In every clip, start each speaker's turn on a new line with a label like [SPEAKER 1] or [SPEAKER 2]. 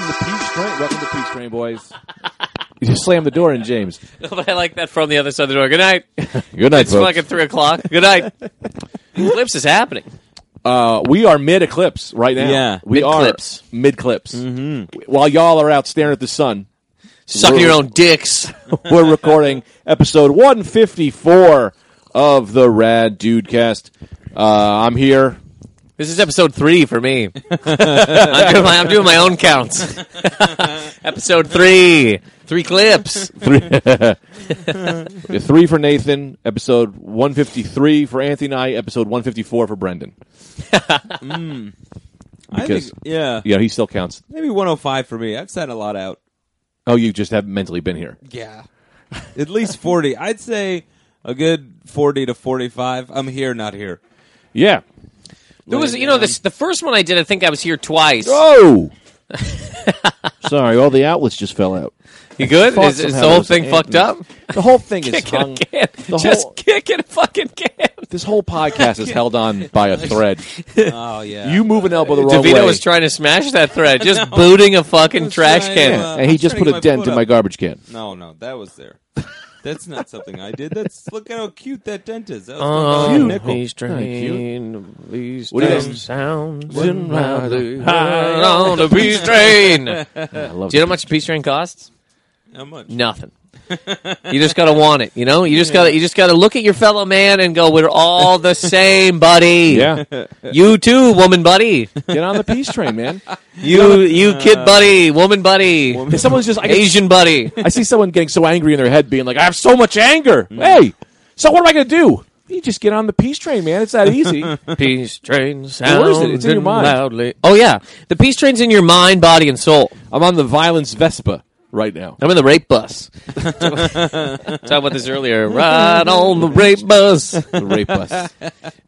[SPEAKER 1] Right, welcome to Peace Train, boys. You just slammed the door in, James.
[SPEAKER 2] No, but I like that from the other side of the door. Good night.
[SPEAKER 1] Good night,
[SPEAKER 2] It's
[SPEAKER 1] folks.
[SPEAKER 2] fucking three o'clock. Good night. Eclipse is happening.
[SPEAKER 1] Uh, we are mid eclipse right now.
[SPEAKER 3] Yeah,
[SPEAKER 1] we
[SPEAKER 2] mid-clips.
[SPEAKER 1] are mid clips. While y'all are out staring at the sun,
[SPEAKER 2] Sucking your own dicks.
[SPEAKER 1] we're recording episode 154 of the Rad Dude Cast. Uh, I'm here.
[SPEAKER 2] This is episode three for me. I'm, doing my, I'm doing my own counts. episode three. Three clips.
[SPEAKER 1] Three, three for Nathan. Episode 153 for Anthony and I. Episode 154 for Brendan.
[SPEAKER 3] I
[SPEAKER 1] Because-
[SPEAKER 3] think, yeah,
[SPEAKER 1] Yeah, he still counts.
[SPEAKER 3] maybe 105 for me. I've sat a lot out.
[SPEAKER 1] Oh, you just haven't mentally been here.
[SPEAKER 3] Yeah, at least 40. I'd say a good 40 to 45. I'm here, not here.
[SPEAKER 1] Yeah.
[SPEAKER 2] There was, you know, this the first one I did. I think I was here twice.
[SPEAKER 1] Oh! Sorry, all the outlets just fell out.
[SPEAKER 2] You good?
[SPEAKER 1] Thought
[SPEAKER 2] Is, is the
[SPEAKER 1] somehow
[SPEAKER 2] whole
[SPEAKER 1] those
[SPEAKER 2] thing fucked up?
[SPEAKER 1] antennas- The whole thing is
[SPEAKER 2] Kick in
[SPEAKER 1] hung.
[SPEAKER 2] a can.
[SPEAKER 1] The
[SPEAKER 2] Just
[SPEAKER 1] whole,
[SPEAKER 2] kick in a fucking can.
[SPEAKER 1] this whole podcast is held on by a thread.
[SPEAKER 3] Oh yeah,
[SPEAKER 1] You move an elbow the wrong
[SPEAKER 2] DeVito
[SPEAKER 1] way,
[SPEAKER 2] was trying to smash that thread, just booting a fucking
[SPEAKER 3] was
[SPEAKER 2] trash
[SPEAKER 3] trying,
[SPEAKER 2] can.
[SPEAKER 3] uh,
[SPEAKER 1] and he
[SPEAKER 3] I'm
[SPEAKER 1] just
[SPEAKER 3] trying
[SPEAKER 1] put
[SPEAKER 3] to
[SPEAKER 1] a
[SPEAKER 3] get my
[SPEAKER 1] dent
[SPEAKER 3] foot
[SPEAKER 1] in my
[SPEAKER 3] up.
[SPEAKER 1] garbage can.
[SPEAKER 3] No, no, that was there. That's not something I did. That's look at how cute that dent is. That was
[SPEAKER 2] Oh,
[SPEAKER 3] done by a nickel.
[SPEAKER 2] he's train, these
[SPEAKER 1] What do you
[SPEAKER 2] dumb
[SPEAKER 1] guys-
[SPEAKER 2] sounds in my the- on the peace train. Do
[SPEAKER 1] I love
[SPEAKER 2] you know how much a peace train costs?
[SPEAKER 3] How much?
[SPEAKER 2] Nothing. You just gotta want it, you know. You just gotta, you just gotta look at your fellow man and go, "We're all the same, buddy.
[SPEAKER 1] Yeah,
[SPEAKER 2] You too, woman, buddy.
[SPEAKER 1] get on the peace train, man.
[SPEAKER 2] You, you
[SPEAKER 1] Uh,
[SPEAKER 2] kid, buddy, woman, buddy,
[SPEAKER 1] If someone's just, I, can-
[SPEAKER 2] Asian, buddy.
[SPEAKER 1] I see someone getting so angry in their head, being like, "I have so much anger."
[SPEAKER 3] Mm.
[SPEAKER 1] Hey, so what am I going to do? You just get on the peace train, man. It's that easy.
[SPEAKER 2] Peace train
[SPEAKER 1] Where is
[SPEAKER 2] sounds
[SPEAKER 1] it? It's in your mind.
[SPEAKER 2] loudly. Oh yeah, the peace train's in your mind, body, and soul.
[SPEAKER 1] I'm on the violence Vespa right now.
[SPEAKER 2] I'm in the rape bus. Talked about this earlier. Right on the rape bus.
[SPEAKER 1] The rape bus.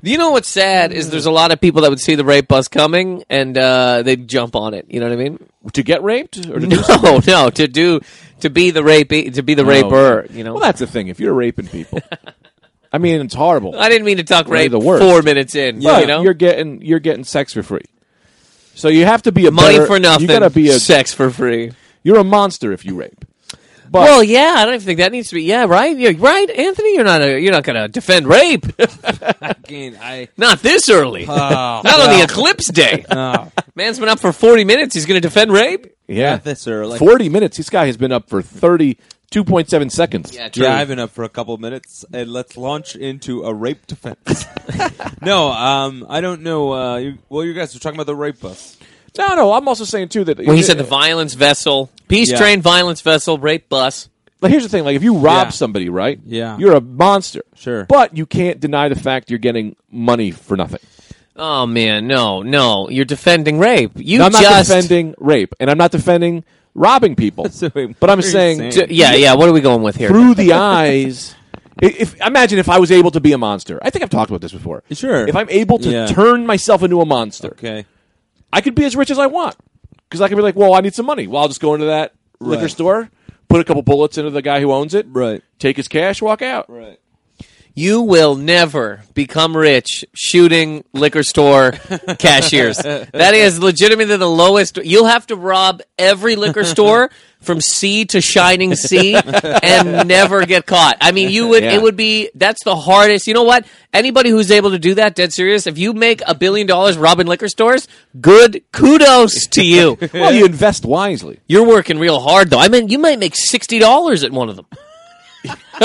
[SPEAKER 2] You know what's sad is there's a lot of people that would see the rape bus coming and uh, they'd jump on it. You know what I mean?
[SPEAKER 1] to get raped or to do something?
[SPEAKER 2] No, no. To do to be the rapey to be the raper. You know.
[SPEAKER 1] Well, that's the thing. If you're raping people, I mean, it's horrible.
[SPEAKER 2] I didn't mean to talk
[SPEAKER 1] Really
[SPEAKER 2] rape
[SPEAKER 1] the worst.
[SPEAKER 2] four minutes in.
[SPEAKER 1] But
[SPEAKER 2] you know,
[SPEAKER 1] you're getting you're getting sex for free. So you have to be a
[SPEAKER 2] money
[SPEAKER 1] better-
[SPEAKER 2] for nothing.
[SPEAKER 1] You gotta be a
[SPEAKER 2] sex for free.
[SPEAKER 1] you're a monster if you rape. But
[SPEAKER 2] Well, yeah, I don't even think that needs to be. Yeah, right. You're right, Anthony. You're not. A, you're not going to defend rape.
[SPEAKER 3] Again, I.
[SPEAKER 2] not this early.
[SPEAKER 1] Uh,
[SPEAKER 3] Oh,
[SPEAKER 2] not on the eclipse day.
[SPEAKER 3] no,
[SPEAKER 2] Man's been up for 40 minutes. He's going to defend rape?
[SPEAKER 1] yeah,
[SPEAKER 3] not this early.
[SPEAKER 1] forty minutes. This guy has been up for thirty two point seven seconds.
[SPEAKER 3] Yeah, I've been up for a couple minutes, and let's launch into a rape defense. no, um, I don't know. Uh, you, well, you guys were talking about the rape bus.
[SPEAKER 1] No, no. I'm also saying too that
[SPEAKER 2] When he said the violence vessel, peace
[SPEAKER 3] Yeah.
[SPEAKER 2] train, violence vessel, rape bus.
[SPEAKER 1] Like, here's the thing: like if you rob
[SPEAKER 3] Yeah.
[SPEAKER 1] somebody, right?
[SPEAKER 3] Yeah.
[SPEAKER 1] you're a monster.
[SPEAKER 3] Sure.
[SPEAKER 1] but you can't deny the fact you're getting money for nothing.
[SPEAKER 2] Oh, man. No, no. You're defending rape. You
[SPEAKER 1] Now, I'm not
[SPEAKER 2] just.
[SPEAKER 1] defending rape, and I'm not defending robbing people.
[SPEAKER 3] So wait,
[SPEAKER 1] but I'm
[SPEAKER 3] what are you
[SPEAKER 1] saying,
[SPEAKER 3] saying?
[SPEAKER 1] to-
[SPEAKER 2] yeah, yeah. What are we going with here?
[SPEAKER 1] through the eyes. i- If imagine if I was able to be a monster, I think I've talked about this before.
[SPEAKER 3] Sure.
[SPEAKER 1] If I'm able to
[SPEAKER 3] Yeah.
[SPEAKER 1] turn myself into a monster,
[SPEAKER 3] Okay.
[SPEAKER 1] I could be as rich as I want because I could be like, well, I need some money. Well, I'll just go into that liquor
[SPEAKER 3] Right.
[SPEAKER 1] store, put a couple bullets into the guy who owns it,
[SPEAKER 3] Right.
[SPEAKER 1] Take his cash, walk out.
[SPEAKER 3] Right.
[SPEAKER 2] You will never become rich shooting liquor store cashiers. that is legitimately the lowest. You'll have to rob every liquor store from sea to shining sea and never get caught. I mean, you would.
[SPEAKER 1] Yeah.
[SPEAKER 2] It would be. That's the hardest. You know what? Anybody who's able to do that, dead serious. If you make a billion dollars robbing liquor stores, good kudos to you.
[SPEAKER 1] Well, you invest wisely.
[SPEAKER 2] You're working real hard though. I mean, you might make sixty dollars at one of them.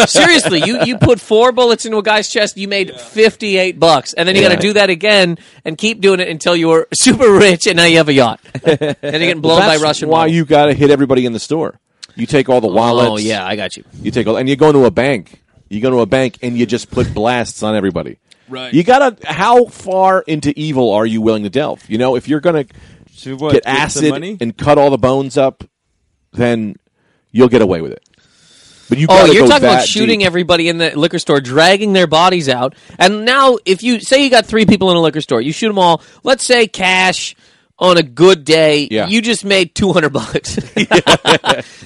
[SPEAKER 2] Seriously, you you put four bullets into a guy's chest, you made fifty eight bucks, and then you got
[SPEAKER 1] Yeah.
[SPEAKER 2] to do that again and keep doing it until you're super rich and now you have a yacht and you're getting blown
[SPEAKER 1] That's
[SPEAKER 2] by Russian.
[SPEAKER 1] why
[SPEAKER 2] money.
[SPEAKER 1] you got to hit everybody in the store. You take all the wallets.
[SPEAKER 2] Oh yeah, I got you.
[SPEAKER 1] You take all, and you go into a bank. You go to a bank and you just put blasts on everybody.
[SPEAKER 2] Right.
[SPEAKER 1] You gotta. How far into evil are you willing to delve? You know, if you're gonna
[SPEAKER 3] To what?
[SPEAKER 1] get
[SPEAKER 3] With some
[SPEAKER 1] acid
[SPEAKER 3] money?
[SPEAKER 1] and cut all the bones up, then you'll get away with it. But you.
[SPEAKER 2] Oh,
[SPEAKER 1] gotta
[SPEAKER 2] you're
[SPEAKER 1] go
[SPEAKER 2] talking about
[SPEAKER 1] that
[SPEAKER 2] shooting
[SPEAKER 1] deep.
[SPEAKER 2] everybody in the liquor store, dragging their bodies out. And now, if you say you got three people in a liquor store, you shoot them all. Let's say cash on a good day,
[SPEAKER 1] Yeah.
[SPEAKER 2] you just made two hundred bucks.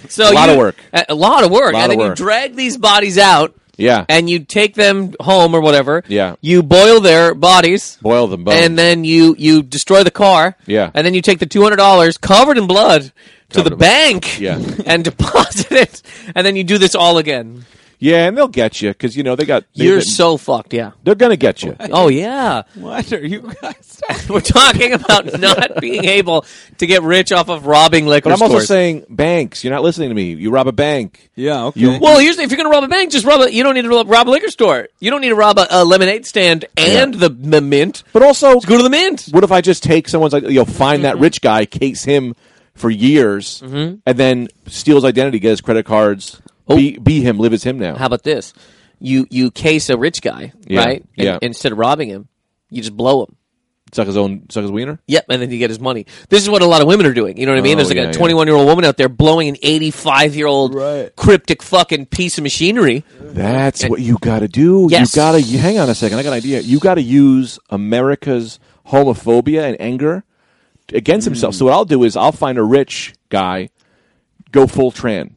[SPEAKER 2] so
[SPEAKER 1] A lot
[SPEAKER 2] you-
[SPEAKER 1] of work.
[SPEAKER 2] A, a lot of work,
[SPEAKER 1] Lot
[SPEAKER 2] and
[SPEAKER 1] of
[SPEAKER 2] then
[SPEAKER 1] work.
[SPEAKER 2] you drag these bodies out.
[SPEAKER 1] Yeah.
[SPEAKER 2] and you take them home or whatever.
[SPEAKER 1] Yeah.
[SPEAKER 2] you boil their bodies.
[SPEAKER 1] Boil them bones.
[SPEAKER 2] And then you you destroy the car.
[SPEAKER 1] Yeah.
[SPEAKER 2] And then you take the two hundred dollars covered in blood to
[SPEAKER 1] Covered
[SPEAKER 2] the
[SPEAKER 1] in-
[SPEAKER 2] bank.
[SPEAKER 1] Yeah.
[SPEAKER 2] And deposit it, and then you do this all again.
[SPEAKER 1] yeah, and they'll get you because you know they got. They,
[SPEAKER 2] You're
[SPEAKER 1] they,
[SPEAKER 2] so fucked. Yeah.
[SPEAKER 1] They're gonna get you.
[SPEAKER 2] Oh yeah.
[SPEAKER 3] What are you guys? talking-
[SPEAKER 2] We're talking about not being able to get rich off of robbing liquor
[SPEAKER 1] But I'm also
[SPEAKER 2] stores.
[SPEAKER 1] saying banks. You're not listening to me. You rob a bank.
[SPEAKER 3] yeah. Okay.
[SPEAKER 1] You-
[SPEAKER 2] well, here's if you're going to rob a bank, just rob a. You don't need to rob rob a liquor store. You don't need to rob a, a lemonade stand and the, the mint.
[SPEAKER 1] But also,
[SPEAKER 2] Go to the mint.
[SPEAKER 1] what if I just take someone's like you know find that rich guy, case him for years, and then steal his identity, get his credit cards, be, be him, live as him now.
[SPEAKER 2] How about this? You you case a rich guy,
[SPEAKER 1] Yeah,
[SPEAKER 2] right? And
[SPEAKER 1] yeah.
[SPEAKER 2] Instead of robbing him, you just blow him.
[SPEAKER 1] suck his own, suck his wiener.
[SPEAKER 2] Yep, and then you get his money. This is what a lot of women are doing. You know what I mean?
[SPEAKER 1] Oh,
[SPEAKER 2] There's like
[SPEAKER 1] yeah,
[SPEAKER 2] a
[SPEAKER 1] yeah.
[SPEAKER 2] 21 year old woman out there blowing an 85 year old
[SPEAKER 3] Right.
[SPEAKER 2] cryptic fucking piece of machinery.
[SPEAKER 1] That's what you got to do.
[SPEAKER 2] Yes.
[SPEAKER 1] You got to hang on a second. I got an idea. You got to use America's homophobia and anger against himself. So what I'll do is I'll find a rich guy, go full tran,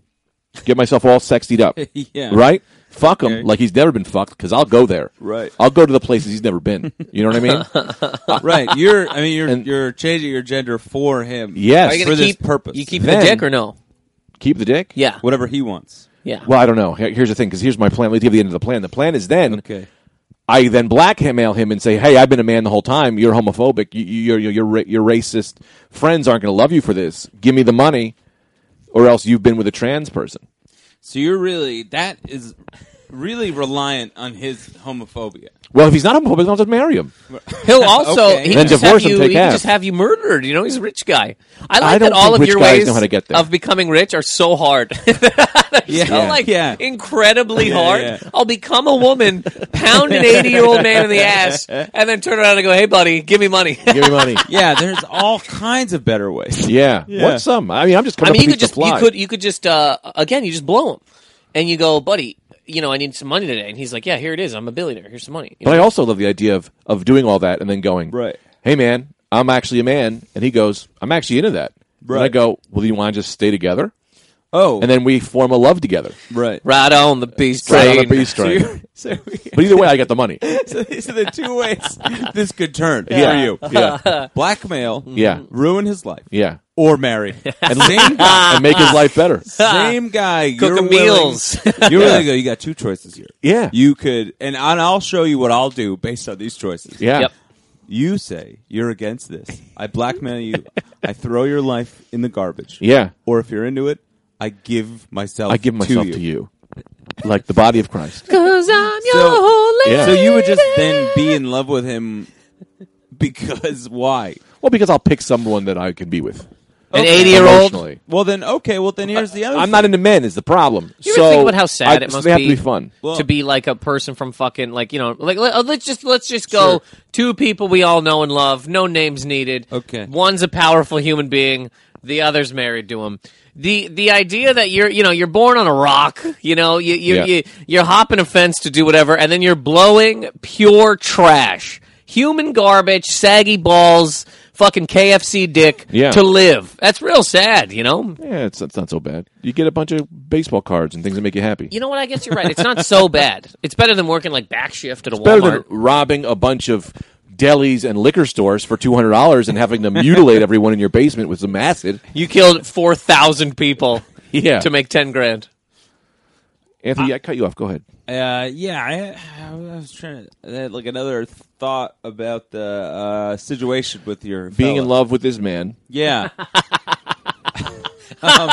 [SPEAKER 1] get myself all sexied up,
[SPEAKER 3] Yeah.
[SPEAKER 1] right? Fuck him like he's never been fucked because I'll go there.
[SPEAKER 3] Right.
[SPEAKER 1] I'll go to the places he's never been. You know what I mean?
[SPEAKER 3] right. You're. I mean, you're
[SPEAKER 1] And-
[SPEAKER 3] you're changing your gender for him.
[SPEAKER 1] Yes.
[SPEAKER 2] Are you
[SPEAKER 3] For
[SPEAKER 2] going to
[SPEAKER 3] this
[SPEAKER 2] keep
[SPEAKER 3] purpose.
[SPEAKER 2] You keep
[SPEAKER 1] Then-
[SPEAKER 2] the dick or no?
[SPEAKER 1] Keep the dick.
[SPEAKER 2] Yeah.
[SPEAKER 3] whatever he wants.
[SPEAKER 2] Yeah.
[SPEAKER 1] Well, I don't know. Here- Here's the thing. Because here's my plan. Let's give the end of the plan. The plan is then.
[SPEAKER 3] Okay.
[SPEAKER 1] I then blackmail him and say, "Hey, I've been a man the whole time. You're homophobic. You, you, your your ra- your racist friends aren't going to love you for this. Give me the money, or else you've been with a trans person."
[SPEAKER 3] So you're really that is really reliant on his homophobia.
[SPEAKER 1] Well, if he's not homophobic, I'll just marry him.
[SPEAKER 2] He'll also
[SPEAKER 3] Okay.
[SPEAKER 2] he
[SPEAKER 1] Then
[SPEAKER 2] can just
[SPEAKER 1] divorce
[SPEAKER 2] have
[SPEAKER 1] him,
[SPEAKER 2] you,
[SPEAKER 1] take
[SPEAKER 2] he can
[SPEAKER 1] half.
[SPEAKER 2] just have you murdered. You know, he's a rich guy. I like
[SPEAKER 1] I don't
[SPEAKER 2] that all
[SPEAKER 1] think
[SPEAKER 2] of
[SPEAKER 1] rich
[SPEAKER 2] your
[SPEAKER 1] guys
[SPEAKER 2] ways
[SPEAKER 1] know how to get there.
[SPEAKER 2] of becoming rich are so hard.
[SPEAKER 3] Yeah.
[SPEAKER 2] so, like
[SPEAKER 3] yeah.
[SPEAKER 2] incredibly hard.
[SPEAKER 3] yeah.
[SPEAKER 2] I'll become a woman, pound an eighty-year-old man in the ass, and then turn around and go, "Hey, buddy, give me money."
[SPEAKER 1] Give me money.
[SPEAKER 3] Yeah, there's all kinds of better ways.
[SPEAKER 1] yeah.
[SPEAKER 3] Yeah.
[SPEAKER 1] What's some? I mean, I'm just
[SPEAKER 2] I
[SPEAKER 1] coming
[SPEAKER 2] mean,
[SPEAKER 1] up
[SPEAKER 2] you
[SPEAKER 1] with
[SPEAKER 2] could just you could you could just uh, again, you just blow him, and you go, "Buddy, you know, I need some money today," and he's like, "Yeah, here it is. I'm a billionaire. Here's some money." You
[SPEAKER 1] But I
[SPEAKER 2] know?
[SPEAKER 1] also love the idea of of doing all that and then going,
[SPEAKER 3] Right.
[SPEAKER 1] Hey, man, I'm actually a man," and he goes, "I'm actually into that." And I
[SPEAKER 3] Right.
[SPEAKER 1] go, "Well, do you want to just stay together?"
[SPEAKER 3] Oh,
[SPEAKER 1] And then we form a love together.
[SPEAKER 3] right.
[SPEAKER 2] Ride on the beast
[SPEAKER 1] Right on
[SPEAKER 2] train.
[SPEAKER 1] the beast
[SPEAKER 3] So,
[SPEAKER 1] train.
[SPEAKER 3] you- so, we-
[SPEAKER 1] But either way, I get the money.
[SPEAKER 3] so these are the two ways this could turn
[SPEAKER 1] Yeah.
[SPEAKER 3] for you:
[SPEAKER 1] Yeah.
[SPEAKER 3] blackmail,
[SPEAKER 1] Yeah.
[SPEAKER 3] ruin his life,
[SPEAKER 1] Yeah.
[SPEAKER 3] or marry. And same guy,
[SPEAKER 1] And make his life better.
[SPEAKER 3] same guy.
[SPEAKER 2] Cook
[SPEAKER 3] you're
[SPEAKER 2] him
[SPEAKER 3] willing-
[SPEAKER 2] meals.
[SPEAKER 3] You're really good. You got two choices here.
[SPEAKER 1] Yeah.
[SPEAKER 3] you could, and I- and I'll show you what I'll do based on these choices.
[SPEAKER 1] Yeah.
[SPEAKER 2] Yep.
[SPEAKER 3] You say you're against this. I blackmail you. I throw your life in the garbage.
[SPEAKER 1] Yeah.
[SPEAKER 3] Or if you're into it, I give myself.
[SPEAKER 1] I give myself to you. Like the body of Christ.
[SPEAKER 2] Cause I'm your
[SPEAKER 3] So-
[SPEAKER 2] holy
[SPEAKER 1] Yeah.
[SPEAKER 3] So you would just then be in love with him because why?
[SPEAKER 1] Well, because I'll pick someone that I can be with.
[SPEAKER 2] an
[SPEAKER 3] Okay.
[SPEAKER 2] eighty-year-old.
[SPEAKER 1] Emotionally.
[SPEAKER 3] Well then, okay. Well then, here's the other.
[SPEAKER 1] I'm not into men is the problem.
[SPEAKER 2] You ever
[SPEAKER 1] so
[SPEAKER 2] think about how sad
[SPEAKER 1] I-
[SPEAKER 2] it
[SPEAKER 1] so
[SPEAKER 2] must
[SPEAKER 1] they
[SPEAKER 2] be,
[SPEAKER 1] have to be fun.
[SPEAKER 3] Well-
[SPEAKER 2] to be like a person from fucking like you know like let, oh, let's just let's just go
[SPEAKER 3] Sure.
[SPEAKER 2] two people we all know and love, no names needed.
[SPEAKER 3] Okay.
[SPEAKER 2] one's a powerful human being, the other's married to him. The the idea that you're you know you're born on a rock, you know you you,
[SPEAKER 1] Yeah.
[SPEAKER 2] you you're hopping a fence to do whatever, and then you're blowing pure trash, human garbage, saggy balls. Fucking KFC dick
[SPEAKER 1] Yeah.
[SPEAKER 2] to live. That's real sad, you know?
[SPEAKER 1] Yeah, it's, it's not so bad. You get a bunch of baseball cards and things that make you happy.
[SPEAKER 2] You know what? I guess you're right. It's not so bad. It's better than working like back shift at a
[SPEAKER 1] Better
[SPEAKER 2] Walmart.
[SPEAKER 1] than robbing a bunch of delis and liquor stores for two hundred dollars and having to mutilate everyone in your basement with some acid.
[SPEAKER 2] you killed four thousand people
[SPEAKER 1] Yeah.
[SPEAKER 2] to make ten grand.
[SPEAKER 1] Anthony, I, cut you off. Go ahead.
[SPEAKER 3] Uh, yeah, I, I was trying to I had, like another thought about the uh, situation with your
[SPEAKER 1] Being
[SPEAKER 3] fella.
[SPEAKER 1] in love with this man.
[SPEAKER 3] Yeah. Um,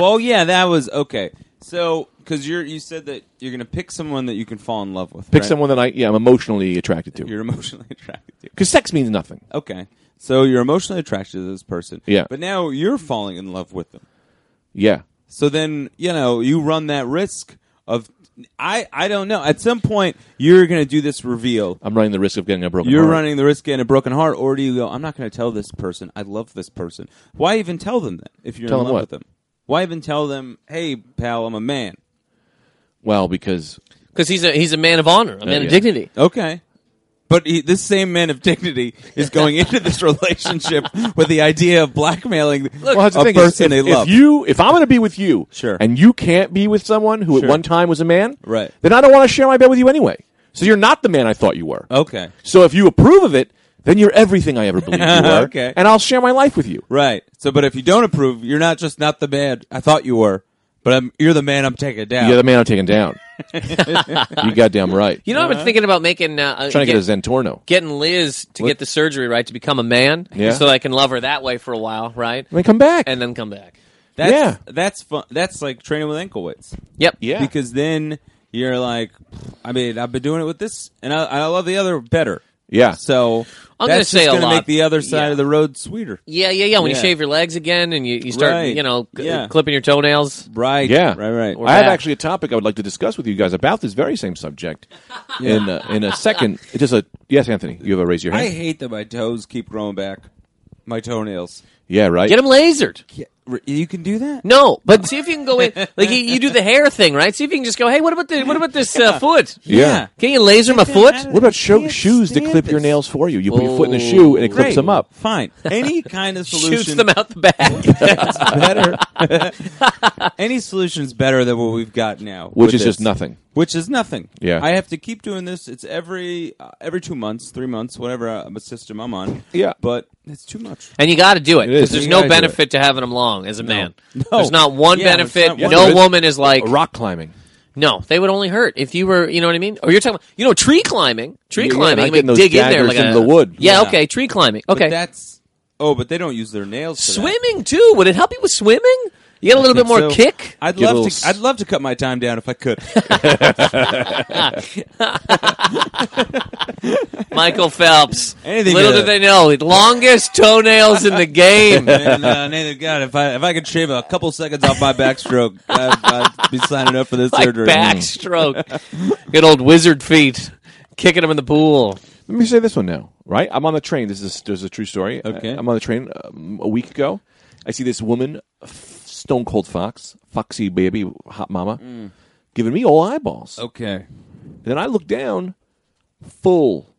[SPEAKER 3] well, yeah, that was okay. So, because you're you said that you're gonna pick someone that you can fall in love with.
[SPEAKER 1] Pick
[SPEAKER 3] right?
[SPEAKER 1] someone that I yeah, I'm emotionally attracted to.
[SPEAKER 3] you're emotionally attracted to.
[SPEAKER 1] Because sex means nothing.
[SPEAKER 3] Okay, so you're emotionally attracted to this person.
[SPEAKER 1] Yeah.
[SPEAKER 3] But now you're falling in love with them.
[SPEAKER 1] Yeah.
[SPEAKER 3] So then you know you run that risk of I I don't know. At some point you're gonna do this reveal.
[SPEAKER 1] I'm running the risk of getting a broken
[SPEAKER 3] You're
[SPEAKER 1] heart.
[SPEAKER 3] running the risk of getting a broken heart, or do you go? I'm not going to tell this person. I love this person. Why even tell them that if you're
[SPEAKER 1] Tell
[SPEAKER 3] in
[SPEAKER 1] them
[SPEAKER 3] love
[SPEAKER 1] what?
[SPEAKER 3] with them? Why even tell them? Hey, pal, I'm a man.
[SPEAKER 1] Well, because
[SPEAKER 2] Because he's a he's a man of honor, a man
[SPEAKER 1] Oh, yeah.
[SPEAKER 2] of dignity.
[SPEAKER 3] Okay, But he, this same man of dignity is going into this relationship with the idea of blackmailing
[SPEAKER 1] Well, that's the
[SPEAKER 3] a
[SPEAKER 1] thing is,
[SPEAKER 3] person
[SPEAKER 1] if,
[SPEAKER 3] they
[SPEAKER 1] if
[SPEAKER 3] love.
[SPEAKER 1] you, if I'm going to be with you,
[SPEAKER 3] Sure.
[SPEAKER 1] and you can't be with someone who at one time was a man,
[SPEAKER 3] Right.
[SPEAKER 1] Then I don't want to share my bed with you anyway. So you're not the man I thought you were.
[SPEAKER 3] okay,
[SPEAKER 1] So if you approve of it, then you're everything I ever believed you were.
[SPEAKER 3] Okay.
[SPEAKER 1] And I'll share my life with you.
[SPEAKER 3] right. So, but if you don't approve, you're not just not the man I thought you were, but I'm, you're the man I'm taking down.
[SPEAKER 1] You're the man I'm taking down. you goddamn right.
[SPEAKER 2] You know, I've been thinking about making uh,
[SPEAKER 1] Uh-huh. trying to get
[SPEAKER 2] get-
[SPEAKER 1] a Zentorno.
[SPEAKER 2] getting Liz to get the surgery right to become a man,
[SPEAKER 1] Yeah.
[SPEAKER 2] so I can love her that way for a while, right?
[SPEAKER 1] And then come back.
[SPEAKER 2] And then come back.
[SPEAKER 3] that's,
[SPEAKER 1] Yeah.
[SPEAKER 3] that's fun. That's like training with ankle weights.
[SPEAKER 2] Yep.
[SPEAKER 1] yeah.
[SPEAKER 3] because then you're like, I mean, I've been doing it with this, and I, I love the other better.
[SPEAKER 1] Yeah.
[SPEAKER 3] So
[SPEAKER 2] I'm gonna
[SPEAKER 3] that's
[SPEAKER 2] say
[SPEAKER 3] just
[SPEAKER 2] a
[SPEAKER 3] gonna
[SPEAKER 2] lot.
[SPEAKER 3] make the other side
[SPEAKER 2] Yeah.
[SPEAKER 3] of the road sweeter.
[SPEAKER 2] Yeah, yeah, yeah. When
[SPEAKER 3] Yeah.
[SPEAKER 2] you shave your legs again and you, you start,
[SPEAKER 3] Right.
[SPEAKER 2] you know, c-
[SPEAKER 3] Yeah.
[SPEAKER 2] clipping your toenails.
[SPEAKER 3] Right.
[SPEAKER 1] yeah.
[SPEAKER 3] Right.
[SPEAKER 2] Or-
[SPEAKER 3] Right.
[SPEAKER 1] I have
[SPEAKER 2] back.
[SPEAKER 1] actually a topic I would like to discuss with you guys about this very same subject in, uh, in a second. It's just a. Yes, Anthony, you have a raise your hand.
[SPEAKER 3] I hate that my toes keep growing back. My toenails.
[SPEAKER 1] yeah, right?
[SPEAKER 2] Get them lasered.
[SPEAKER 3] Yeah, r- You can do that.
[SPEAKER 2] No, but see if you can go in. Like you, you do the hair thing, right? See if you can just go. Hey, what about the what about this uh, foot?
[SPEAKER 1] yeah.
[SPEAKER 3] Yeah.
[SPEAKER 2] Can you laser my foot?
[SPEAKER 1] What about sho-
[SPEAKER 3] can't
[SPEAKER 1] shoes that
[SPEAKER 3] stand
[SPEAKER 1] clip your
[SPEAKER 3] this.
[SPEAKER 1] nails for you? You put your foot in a
[SPEAKER 2] Oh.
[SPEAKER 1] shoe and it clips
[SPEAKER 3] Great.
[SPEAKER 1] them up.
[SPEAKER 3] Fine. Any kind of solution
[SPEAKER 2] Shoots them out the back.
[SPEAKER 3] is better. Any solution's better than what we've got now,
[SPEAKER 1] Which
[SPEAKER 3] with
[SPEAKER 1] is just
[SPEAKER 3] this.
[SPEAKER 1] nothing.
[SPEAKER 3] Which is nothing.
[SPEAKER 1] Yeah.
[SPEAKER 3] I have to keep doing this. It's every uh, every two months, three months, whatever uh, system I'm on.
[SPEAKER 1] Yeah.
[SPEAKER 3] but it's too much.
[SPEAKER 2] and you got to do it
[SPEAKER 1] It is.
[SPEAKER 2] because there's
[SPEAKER 1] You
[SPEAKER 2] no
[SPEAKER 1] gotta do
[SPEAKER 2] benefit to having them long as a man.
[SPEAKER 3] No.
[SPEAKER 2] There's not one
[SPEAKER 3] Yeah, there's
[SPEAKER 2] benefit.
[SPEAKER 3] not one.
[SPEAKER 2] no
[SPEAKER 1] There is-
[SPEAKER 2] woman is like
[SPEAKER 1] Rock climbing.
[SPEAKER 2] No, they would only hurt if you were, you know what I mean? Or you're talking about, you know, tree climbing. Tree
[SPEAKER 1] Yeah, yeah, like
[SPEAKER 2] climbing, I mean,
[SPEAKER 1] getting those
[SPEAKER 2] dig in there
[SPEAKER 1] daggers
[SPEAKER 2] like
[SPEAKER 1] into
[SPEAKER 2] a,
[SPEAKER 1] the wood.
[SPEAKER 2] Yeah,
[SPEAKER 3] Yeah.
[SPEAKER 2] okay, tree climbing.
[SPEAKER 3] But
[SPEAKER 2] Okay.
[SPEAKER 3] that's oh, but they don't use their nails. For that.
[SPEAKER 2] Swimming too. Would it help you with swimming? You get a little bit more
[SPEAKER 3] So,
[SPEAKER 2] kick?
[SPEAKER 3] I'd
[SPEAKER 1] Give a
[SPEAKER 3] love
[SPEAKER 1] little
[SPEAKER 3] to.
[SPEAKER 1] s-
[SPEAKER 3] I'd love to cut my time down if I could.
[SPEAKER 2] Michael Phelps.
[SPEAKER 3] Anything
[SPEAKER 2] little
[SPEAKER 3] to-
[SPEAKER 2] did they know, the longest toenails in the game.
[SPEAKER 3] and, uh, neither God, if I if I could shave a couple seconds off my backstroke, I'd, I'd be signing up for this
[SPEAKER 2] like
[SPEAKER 3] surgery.
[SPEAKER 2] backstroke. Good old wizard feet. Kicking them in the pool.
[SPEAKER 1] Let me say this one now, right? I'm on the train. This is, this is a true story.
[SPEAKER 3] Okay.
[SPEAKER 1] I, am on the train um, a week ago. I see this woman, f- stone cold fox, foxy baby, hot mama, giving me all eyeballs.
[SPEAKER 3] Okay.
[SPEAKER 1] And then I look down, full,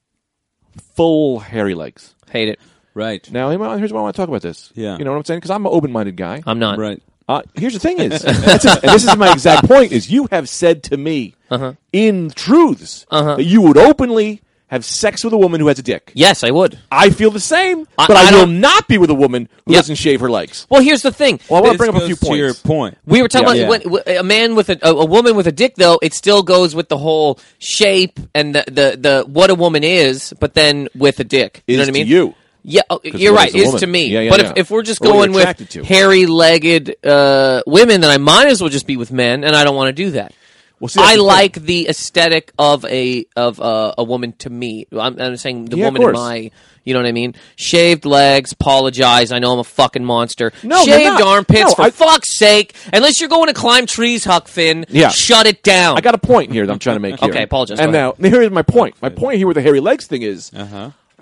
[SPEAKER 1] full hairy legs.
[SPEAKER 2] Hate it.
[SPEAKER 3] Right.
[SPEAKER 1] Now, here's why I want to talk about this.
[SPEAKER 3] Yeah.
[SPEAKER 1] You know what I'm saying? Because I'm an open minded guy.
[SPEAKER 2] I'm not.
[SPEAKER 3] Right.
[SPEAKER 1] Uh, here's the thing is, that's it. and this is my exact point, is you have said to me
[SPEAKER 3] Uh-huh.
[SPEAKER 1] in truths that you would openly have sex with a woman who has a dick.
[SPEAKER 2] Yes, I would.
[SPEAKER 1] I feel the same,
[SPEAKER 2] I-
[SPEAKER 1] but I,
[SPEAKER 2] I
[SPEAKER 1] will
[SPEAKER 2] don't-
[SPEAKER 1] not be with a woman who
[SPEAKER 2] Yep.
[SPEAKER 1] doesn't shave her legs.
[SPEAKER 2] Well, here's the thing.
[SPEAKER 1] Well, I want to
[SPEAKER 3] This
[SPEAKER 1] bring up a
[SPEAKER 3] goes
[SPEAKER 1] few
[SPEAKER 3] to
[SPEAKER 1] points.
[SPEAKER 3] your point.
[SPEAKER 2] We were talking
[SPEAKER 3] Yeah.
[SPEAKER 2] about when, w- a man with a, a a woman with a dick, though it still goes with the whole shape and the the, the what a woman is, but then with a dick. You know
[SPEAKER 1] Is
[SPEAKER 2] what I mean?
[SPEAKER 1] to you.
[SPEAKER 2] Yeah, oh, you're
[SPEAKER 1] what
[SPEAKER 2] right.
[SPEAKER 1] is a
[SPEAKER 2] It's
[SPEAKER 1] woman?
[SPEAKER 2] to me.
[SPEAKER 1] Yeah, yeah,
[SPEAKER 2] but
[SPEAKER 1] yeah.
[SPEAKER 2] If, if we're just
[SPEAKER 1] Or what you're
[SPEAKER 2] going
[SPEAKER 1] attracted to.
[SPEAKER 2] with hairy-legged uh, women, then I might as well just be with men, and I don't want to do that.
[SPEAKER 1] Well, see, that's
[SPEAKER 2] I
[SPEAKER 1] the thing.
[SPEAKER 2] like the aesthetic of a of uh, a woman to me. I'm, I'm saying the
[SPEAKER 1] Yeah, of
[SPEAKER 2] woman in
[SPEAKER 1] course.
[SPEAKER 2] my, you know what I mean? Shaved legs, apologize. I know I'm a fucking monster.
[SPEAKER 1] No, you're
[SPEAKER 2] shaved
[SPEAKER 1] not.
[SPEAKER 2] armpits
[SPEAKER 1] No,
[SPEAKER 2] for
[SPEAKER 1] I-
[SPEAKER 2] fuck's sake. Unless you're going to climb trees, Huck Finn.
[SPEAKER 1] Yeah.
[SPEAKER 2] shut it down.
[SPEAKER 1] I got a point here that I'm trying to make here.
[SPEAKER 2] Okay, apologize.
[SPEAKER 1] And
[SPEAKER 2] Go
[SPEAKER 1] now,
[SPEAKER 2] ahead.
[SPEAKER 1] now here's my point. My point here with the hairy legs thing is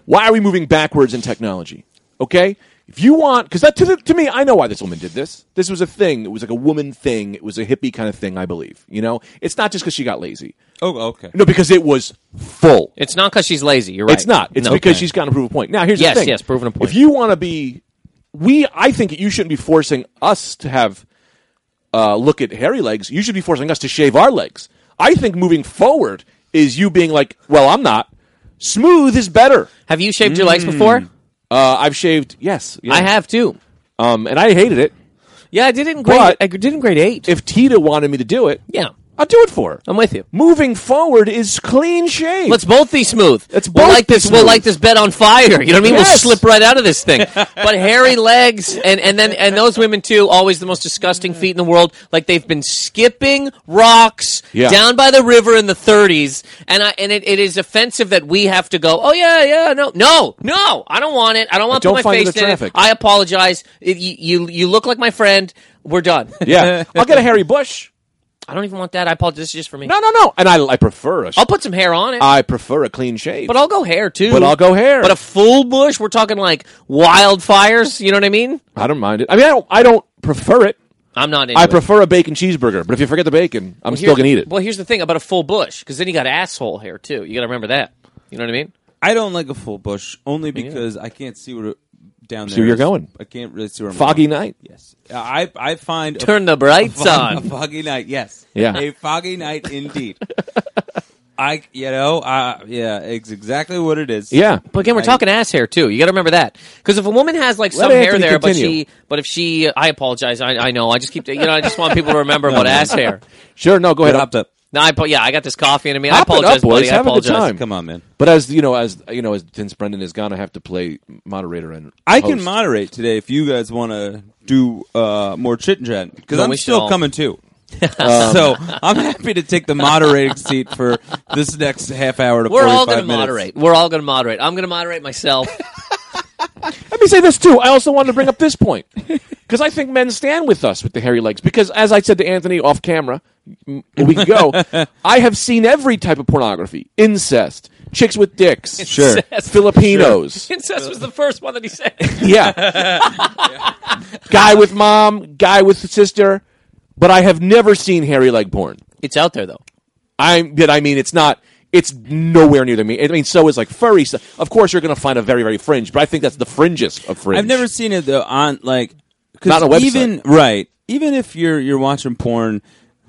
[SPEAKER 1] why are we moving backwards in technology? Okay? If you want, because that to, the, to me, I know why this woman did this. This was a thing. It was like a woman thing. It was a hippie kind of thing, I believe. You know, it's not just because she got lazy.
[SPEAKER 3] Oh, okay.
[SPEAKER 1] No, because it was full.
[SPEAKER 2] It's not because she's lazy. You're right.
[SPEAKER 1] It's not. It's
[SPEAKER 2] No.
[SPEAKER 1] because she's got to prove a point. Now, here's
[SPEAKER 2] Yes,
[SPEAKER 1] the thing.
[SPEAKER 2] yes, proving a point.
[SPEAKER 1] If you want to be, we, I think you shouldn't be forcing us to have uh, look at hairy legs. You should be forcing us to shave our legs. I think moving forward is you being like, well, I'm not. Smooth is better.
[SPEAKER 2] Have you shaved your
[SPEAKER 1] Mm.
[SPEAKER 2] legs before?
[SPEAKER 1] Uh, I've shaved, yes, yeah.
[SPEAKER 2] I have too.
[SPEAKER 1] um, and I hated it.
[SPEAKER 2] Yeah, I did it in grade.
[SPEAKER 1] But-
[SPEAKER 2] I did in grade eight.
[SPEAKER 1] If Tita wanted me to do it,
[SPEAKER 2] yeah,
[SPEAKER 1] I'll do it for her.
[SPEAKER 2] I'm with you.
[SPEAKER 1] moving forward is clean shave.
[SPEAKER 2] Um, Let's both be smooth.
[SPEAKER 1] Let's
[SPEAKER 2] we'll
[SPEAKER 1] both
[SPEAKER 2] like
[SPEAKER 1] be
[SPEAKER 2] this.
[SPEAKER 1] smooth.
[SPEAKER 2] We'll like this bed on fire. You know what I mean? We'll
[SPEAKER 1] Yes.
[SPEAKER 2] slip right out of this thing. but hairy legs and and then and those women too. Always the most disgusting feet in the world. Like they've been skipping rocks
[SPEAKER 1] Yeah.
[SPEAKER 2] down by the river in the 30s. And I and it, it is offensive that we have to go. Oh yeah, yeah. No, no, no. I don't want it. I don't want to
[SPEAKER 1] Don't
[SPEAKER 2] put my
[SPEAKER 1] find it
[SPEAKER 2] face in
[SPEAKER 1] attractive.
[SPEAKER 2] it. I apologize. It- you, you you look like my friend. We're done.
[SPEAKER 1] yeah, I'll get a hairy bush.
[SPEAKER 2] I don't even want that. I apologize. This is just for me.
[SPEAKER 1] No, no, no. And I, I prefer a.
[SPEAKER 2] I'll put some hair on it.
[SPEAKER 1] I prefer a clean shave.
[SPEAKER 2] But I'll go hair too.
[SPEAKER 1] But I'll go hair.
[SPEAKER 2] But a full bush, we're talking like wildfires. You know what I mean?
[SPEAKER 1] I don't mind it. I mean, I don't. I don't prefer it.
[SPEAKER 2] I'm not. Into
[SPEAKER 1] I
[SPEAKER 2] it.
[SPEAKER 1] prefer a bacon cheeseburger. But if you forget the bacon, I'm still
[SPEAKER 2] Here's-
[SPEAKER 1] gonna eat it.
[SPEAKER 2] Well, here's the thing about a full bush, because then you got asshole hair too. You got to remember that. You know what I mean?
[SPEAKER 3] I don't like a full bush only because I can't see where down there.
[SPEAKER 1] where you're
[SPEAKER 3] is.
[SPEAKER 1] going.
[SPEAKER 3] I can't really see where I'm
[SPEAKER 1] Foggy
[SPEAKER 3] going.
[SPEAKER 1] night.
[SPEAKER 3] Yes, Uh, I I find a-
[SPEAKER 2] Turn the brights on.
[SPEAKER 3] fog- A foggy night, yes.
[SPEAKER 1] Yeah.
[SPEAKER 3] A foggy night indeed. I, you know, uh, yeah, it's exactly what it is.
[SPEAKER 1] Yeah.
[SPEAKER 2] But again, we're
[SPEAKER 3] I-
[SPEAKER 2] talking ass hair too. You got to remember that because if a woman has like some hair
[SPEAKER 1] Anthony
[SPEAKER 2] there,
[SPEAKER 1] continue.
[SPEAKER 2] but she, but if she, I apologize. I, I know. I just keep, you know, I just want people to remember about ass hair.
[SPEAKER 1] Sure. No. Go ahead.
[SPEAKER 3] Hopped up.
[SPEAKER 2] No, I, apo- yeah, I got this coffee in me. I
[SPEAKER 1] Hop it up,
[SPEAKER 2] apologize,
[SPEAKER 1] boys.
[SPEAKER 2] buddy. I
[SPEAKER 1] Have a good
[SPEAKER 2] apologize.
[SPEAKER 1] time.
[SPEAKER 3] Come on, man.
[SPEAKER 1] But as you know, as you know, as since Brendan is gone, I have to play moderator and
[SPEAKER 3] I can
[SPEAKER 1] host.
[SPEAKER 3] moderate today if you guys want to do uh, more chit and chat because
[SPEAKER 2] No,
[SPEAKER 3] I'm
[SPEAKER 2] we Um, should
[SPEAKER 3] still
[SPEAKER 2] all-
[SPEAKER 3] coming too. so I'm happy to take the moderating seat for this next half hour to
[SPEAKER 2] We're all
[SPEAKER 3] 45
[SPEAKER 2] going to
[SPEAKER 3] minutes.
[SPEAKER 2] moderate. We're all going to moderate. I'm going to moderate myself.
[SPEAKER 1] Let me say this too. I also wanted to bring up this point because I think men stand with us with the hairy legs. Because as I said to Anthony off camera m- a week ago, I have seen every type of pornography: incest, chicks with dicks,
[SPEAKER 3] Sure.
[SPEAKER 1] Filipinos,
[SPEAKER 2] Incest was the first one that he said.
[SPEAKER 1] yeah, guy with mom, guy with sister. But I have never seen hairy leg porn.
[SPEAKER 2] It's out there though.
[SPEAKER 1] I that I mean it's not it's nowhere near the mean. I mean so is like furry stuff. Of course you're going to find a very very fringe, but I think that's the fringest of fringe.
[SPEAKER 3] I've never seen it though on like 'cause
[SPEAKER 1] Not on a website.
[SPEAKER 3] Even right, even if you're you're watching porn,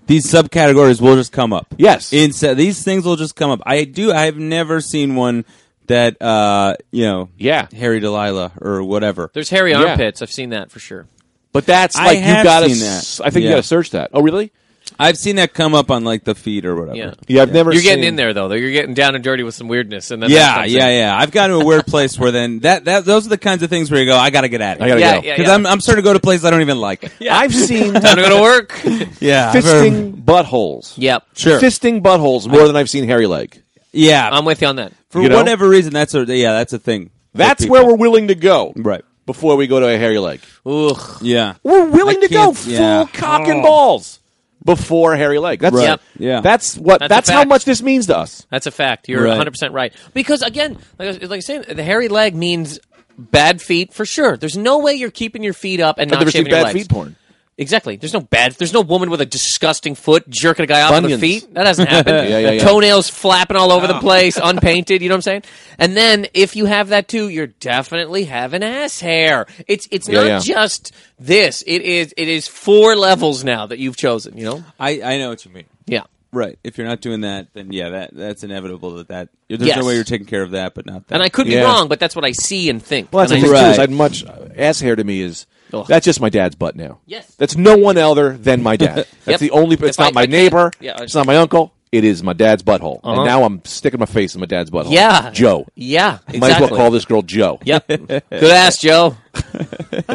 [SPEAKER 3] these subcategories will just come up.
[SPEAKER 1] Yes.
[SPEAKER 3] Instead, these things will just come up. I do. I've never seen one that uh you know
[SPEAKER 1] Yeah.
[SPEAKER 3] Harry Delilah or whatever.
[SPEAKER 2] There's hairy
[SPEAKER 1] Yeah.
[SPEAKER 2] armpits. I've seen that for sure.
[SPEAKER 1] But that's
[SPEAKER 3] I
[SPEAKER 1] like you
[SPEAKER 3] have
[SPEAKER 1] got to
[SPEAKER 3] seen that.
[SPEAKER 1] I think
[SPEAKER 3] Yeah.
[SPEAKER 1] you got to search that. Oh really?
[SPEAKER 3] I've seen that come up on like the feed or whatever.
[SPEAKER 2] Yeah.
[SPEAKER 1] Yeah, I've never
[SPEAKER 2] You're getting in there though. though. You're getting down and dirty with some weirdness, and then that
[SPEAKER 3] Yeah,
[SPEAKER 2] comes
[SPEAKER 3] yeah,
[SPEAKER 2] in.
[SPEAKER 3] yeah. I've gotten to a weird place where then that, that those are the kinds of things where you go, I gotta get at it.
[SPEAKER 1] I got to
[SPEAKER 2] Yeah,
[SPEAKER 1] go.
[SPEAKER 2] yeah.
[SPEAKER 3] Because I'm I'm starting to go to places I don't even like.
[SPEAKER 1] I've seen
[SPEAKER 2] Time to go to work.
[SPEAKER 3] Yeah,
[SPEAKER 1] fisting buttholes.
[SPEAKER 2] yep.
[SPEAKER 3] Sure.
[SPEAKER 1] Fisting buttholes more than I've seen hairy leg.
[SPEAKER 3] yeah.
[SPEAKER 2] I'm with you on that.
[SPEAKER 3] for
[SPEAKER 1] Um, you know?
[SPEAKER 3] whatever reason, that's a yeah, that's a thing. for
[SPEAKER 1] That's
[SPEAKER 3] people.
[SPEAKER 1] where we're willing to go.
[SPEAKER 3] Right.
[SPEAKER 1] Before we go to a hairy leg.
[SPEAKER 2] Ugh.
[SPEAKER 3] Yeah.
[SPEAKER 1] We're willing
[SPEAKER 3] I
[SPEAKER 1] to go
[SPEAKER 3] can't-
[SPEAKER 1] full
[SPEAKER 3] yeah.
[SPEAKER 1] cock
[SPEAKER 2] Oh.
[SPEAKER 1] and balls before hairy leg. That's
[SPEAKER 3] Right.
[SPEAKER 2] Yep.
[SPEAKER 3] Yeah.
[SPEAKER 1] That's what
[SPEAKER 2] That's a
[SPEAKER 1] that's how
[SPEAKER 2] fact.
[SPEAKER 1] much this means to us.
[SPEAKER 2] That's a fact. You're
[SPEAKER 3] Right.
[SPEAKER 2] 100% right. Because again, like I, was- like I was saying, the hairy leg means bad feet for sure. There's no way you're keeping your feet up and
[SPEAKER 1] I've
[SPEAKER 2] not
[SPEAKER 1] never seen
[SPEAKER 2] shaving your
[SPEAKER 1] bad
[SPEAKER 2] legs.
[SPEAKER 1] feet porn.
[SPEAKER 2] Exactly. There's no bad. There's no woman with a disgusting foot jerking a guy off with
[SPEAKER 1] Bunions.
[SPEAKER 2] their feet. That hasn't happened.
[SPEAKER 1] Yeah, yeah, yeah.
[SPEAKER 2] Toenails flapping all over the place, unpainted. You know what I'm saying? And then if you have that too, you're definitely having ass hair. It's it's
[SPEAKER 1] Yeah,
[SPEAKER 2] not
[SPEAKER 1] yeah.
[SPEAKER 2] just this. It is it is four levels now that you've chosen. You know?
[SPEAKER 3] I I know what you mean.
[SPEAKER 2] Yeah.
[SPEAKER 3] Right. If you're not doing that, then yeah, that that's inevitable. That that there's
[SPEAKER 2] Yes.
[SPEAKER 3] no way you're taking care of that, but not that.
[SPEAKER 2] And I could be
[SPEAKER 1] Yeah.
[SPEAKER 2] wrong, but that's what I see and think.
[SPEAKER 1] Well, that's the
[SPEAKER 2] and I
[SPEAKER 1] thing
[SPEAKER 3] just-
[SPEAKER 1] too. Is
[SPEAKER 3] Right.
[SPEAKER 1] I'd much ass hair to me is
[SPEAKER 2] Ugh.
[SPEAKER 1] that's just my dad's butt now.
[SPEAKER 2] Yes.
[SPEAKER 1] that's no one other than my dad. That's
[SPEAKER 2] Yep.
[SPEAKER 1] the only. It's
[SPEAKER 2] If
[SPEAKER 1] not
[SPEAKER 2] I-
[SPEAKER 1] my
[SPEAKER 2] I can't-
[SPEAKER 1] neighbor.
[SPEAKER 2] yeah, I-
[SPEAKER 1] it's not my uncle. It is my dad's butthole,
[SPEAKER 2] Uh-huh.
[SPEAKER 1] and now I'm sticking my face in my dad's butthole.
[SPEAKER 2] Yeah.
[SPEAKER 1] Joe.
[SPEAKER 2] Yeah. Exactly.
[SPEAKER 1] Might as well call this girl Joe.
[SPEAKER 2] Yep. Good ass, Joe.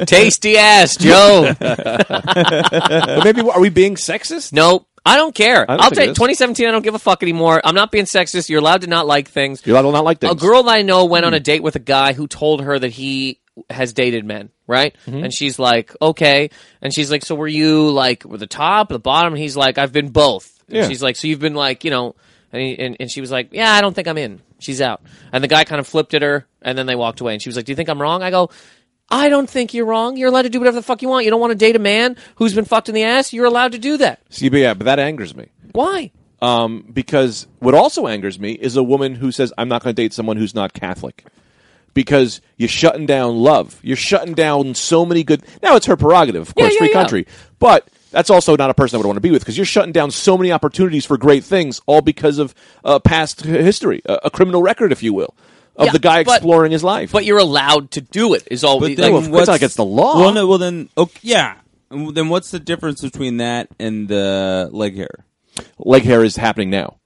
[SPEAKER 2] Tasty ass, Joe.
[SPEAKER 1] But maybe are we being sexist?
[SPEAKER 2] Nope. I don't care.
[SPEAKER 1] don't
[SPEAKER 2] I'll
[SPEAKER 1] think
[SPEAKER 2] take
[SPEAKER 1] it is.
[SPEAKER 2] 2017. I don't give a fuck anymore. I'm not being sexist. You're allowed to not like things.
[SPEAKER 1] You're Hmm. allowed to not like things.
[SPEAKER 2] A girl that I know went on a date with a guy who told her that he has dated men, right?
[SPEAKER 1] Mm-hmm.
[SPEAKER 2] And she's like, okay. And she's like, so were you like were the top, the bottom? And he's like, I've been both. And
[SPEAKER 1] Yeah.
[SPEAKER 2] she's like, so you've been like, you know, and, he, and and she was like, yeah, I don't think I'm in. She's out. And the guy kind of flipped at her, and then they walked away. And she was like, do you think I'm wrong? I go. I don't think you're wrong. You're allowed to do whatever the fuck you want. You don't want to date a man who's been fucked in the ass. You're allowed to do that.
[SPEAKER 1] See, but yeah, but that angers me.
[SPEAKER 2] Why?
[SPEAKER 1] Um, because what also angers me is a woman who says, "I'm not going to date someone who's not Catholic," because you're shutting down love. You're shutting down so many good. Now it's her prerogative, of
[SPEAKER 2] Yeah,
[SPEAKER 1] course,
[SPEAKER 2] yeah,
[SPEAKER 1] free
[SPEAKER 2] yeah.
[SPEAKER 1] country, but that's also not a person I would want to be with because you're shutting down so many opportunities for great things, all because of uh, past h- history, a, a criminal record, if you will, of
[SPEAKER 2] Yeah,
[SPEAKER 1] the guy
[SPEAKER 2] but-
[SPEAKER 1] exploring his life.
[SPEAKER 2] But you're allowed to do it. Is all.
[SPEAKER 3] But
[SPEAKER 2] But
[SPEAKER 3] then
[SPEAKER 1] Well, of course
[SPEAKER 3] what's-
[SPEAKER 1] not against the law.
[SPEAKER 3] Well, no. Well, then, okay, yeah. And Then what's the difference between that and the leg hair?
[SPEAKER 1] leg hair is happening now.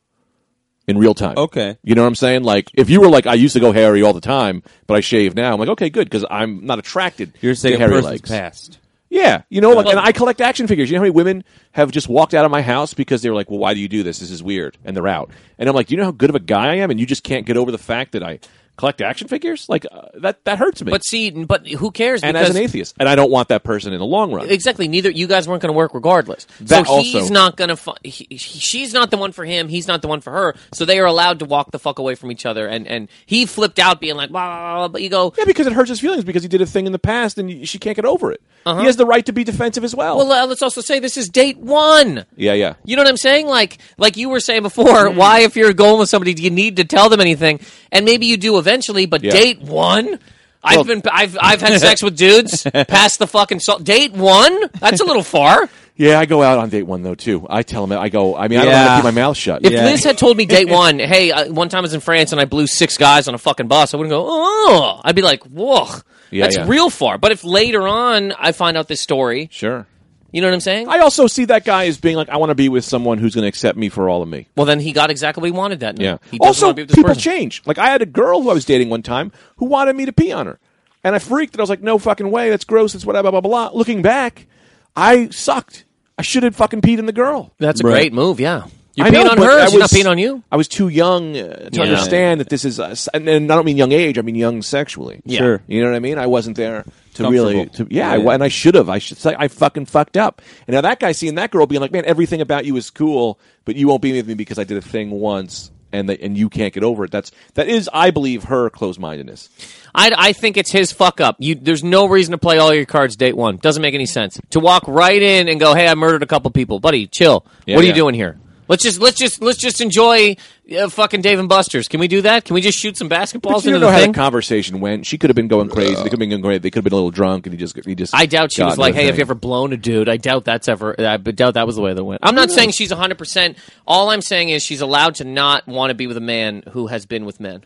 [SPEAKER 1] In real time.
[SPEAKER 3] Okay.
[SPEAKER 1] You know what I'm saying? Like, if you were like, I used to go hairy all the time, but I shave now, I'm like, okay, good, because I'm not attracted
[SPEAKER 3] You're saying
[SPEAKER 1] to
[SPEAKER 3] a
[SPEAKER 1] hairy
[SPEAKER 3] person's
[SPEAKER 1] legs.
[SPEAKER 3] past.
[SPEAKER 1] Yeah, you know, like, and I collect action figures. You know how many women have just walked out of my house because they were like, "Well, why do you do this? This is weird," and they're out. And I'm like, "Do you know how good of a guy I am?" And you just can't get over the fact that I collect action figures. Like uh, that, that hurts me.
[SPEAKER 2] But see, but who cares?
[SPEAKER 1] and
[SPEAKER 2] because
[SPEAKER 1] as an atheist, and I don't want that person in the long run.
[SPEAKER 2] exactly, neither you guys weren't going to work regardless.
[SPEAKER 1] That
[SPEAKER 2] so he's
[SPEAKER 1] also-
[SPEAKER 2] not going to. Fu- he, he- she's not the one for him. He's not the one for her. So they are allowed to walk the fuck away from each other. And and he flipped out, being like, blah, blah, blah, blah. But you go,
[SPEAKER 1] yeah, because it hurts his feelings because he did a thing in the past and y- she can't get over it.
[SPEAKER 3] Uh-huh.
[SPEAKER 1] He has the right to be defensive as well.
[SPEAKER 2] well, uh, let's also say this is date one.
[SPEAKER 1] yeah, yeah.
[SPEAKER 2] You know what I'm saying?
[SPEAKER 1] Mm-hmm.
[SPEAKER 2] Like, like you were saying before, why if you're going with somebody, do you need to tell them anything? And maybe you do a eventually, but
[SPEAKER 1] Yeah.
[SPEAKER 2] date one. I've
[SPEAKER 1] Well-
[SPEAKER 2] been I've I've had sex with dudes past the fucking salt. Date one? That's a little far.
[SPEAKER 1] Yeah, I go out on date one though too. I tell them I go. I mean, I don't
[SPEAKER 3] Yeah.
[SPEAKER 1] want to keep my mouth shut.
[SPEAKER 2] If
[SPEAKER 3] Yeah.
[SPEAKER 2] Liz had told me date one, hey, I, one time I was in France and I blew six guys on a fucking bus, I wouldn't go, oh. I'd be like, whoa,
[SPEAKER 1] Yeah,
[SPEAKER 2] that's
[SPEAKER 1] yeah.
[SPEAKER 2] real far. But if later on I find out this story,
[SPEAKER 1] Sure.
[SPEAKER 2] you know what I'm saying?
[SPEAKER 1] I also see that guy as being like, I want to be with someone who's going to accept me for all of me.
[SPEAKER 2] well, then he got exactly what he wanted that night.
[SPEAKER 1] Yeah.
[SPEAKER 2] He doesn't
[SPEAKER 1] Also,
[SPEAKER 2] wanna be with this
[SPEAKER 1] people
[SPEAKER 2] person.
[SPEAKER 1] change. Like I had a girl who I was dating one time who wanted me to pee on her, and I freaked. And I was like, no fucking way. That's gross. That's what blah blah blah. blah. Looking back, I sucked. I should have fucking peed in the girl.
[SPEAKER 2] That's a
[SPEAKER 3] Right.
[SPEAKER 2] great move, yeah. You're
[SPEAKER 1] I
[SPEAKER 2] peeing
[SPEAKER 1] know,
[SPEAKER 2] on
[SPEAKER 1] but
[SPEAKER 2] her,
[SPEAKER 1] I
[SPEAKER 2] she's not
[SPEAKER 1] was-
[SPEAKER 2] peeing on you.
[SPEAKER 1] I was too young uh, to
[SPEAKER 2] Yeah.
[SPEAKER 1] understand that this is, uh, s- and, and I don't mean young age. I mean young sexually.
[SPEAKER 2] Yeah.
[SPEAKER 3] Sure.
[SPEAKER 1] You know what I mean? I wasn't there to really, to,
[SPEAKER 3] Comfortable.
[SPEAKER 1] yeah,
[SPEAKER 3] Yeah,
[SPEAKER 1] I,
[SPEAKER 3] yeah.
[SPEAKER 1] and I should have. I should say I fucking fucked up. And now that guy seeing that girl being like, man, everything about you is cool, but you won't be with me because I did a thing once, and that and you can't get over it. That's that is, I believe, her closed mindedness.
[SPEAKER 2] I, I think it's his fuck up. You, there's no reason to play all your cards date one. Doesn't make any sense to walk right in and go, "Hey, I murdered a couple people, buddy. Chill.
[SPEAKER 1] Yeah,
[SPEAKER 2] what are you
[SPEAKER 1] yeah.
[SPEAKER 2] doing here? Let's just let's just let's just enjoy uh, fucking Dave and Buster's. Can we do that? Can we just shoot some
[SPEAKER 1] But
[SPEAKER 2] basketballs
[SPEAKER 1] you
[SPEAKER 2] into
[SPEAKER 1] don't know
[SPEAKER 2] the
[SPEAKER 1] how
[SPEAKER 2] thing?
[SPEAKER 1] the conversation went. She could have been going crazy. They could have been going crazy. They could have been a little drunk, and he just he just.
[SPEAKER 2] I doubt she
[SPEAKER 1] got
[SPEAKER 2] was
[SPEAKER 1] into
[SPEAKER 2] like,
[SPEAKER 1] the
[SPEAKER 2] "Hey, have
[SPEAKER 1] thing.
[SPEAKER 2] you ever blown a dude?" I doubt that's ever. uh, I doubt that was the way that went. I'm not saying she's 100. percent All I'm saying is she's allowed to not want to be with a man who has been with men,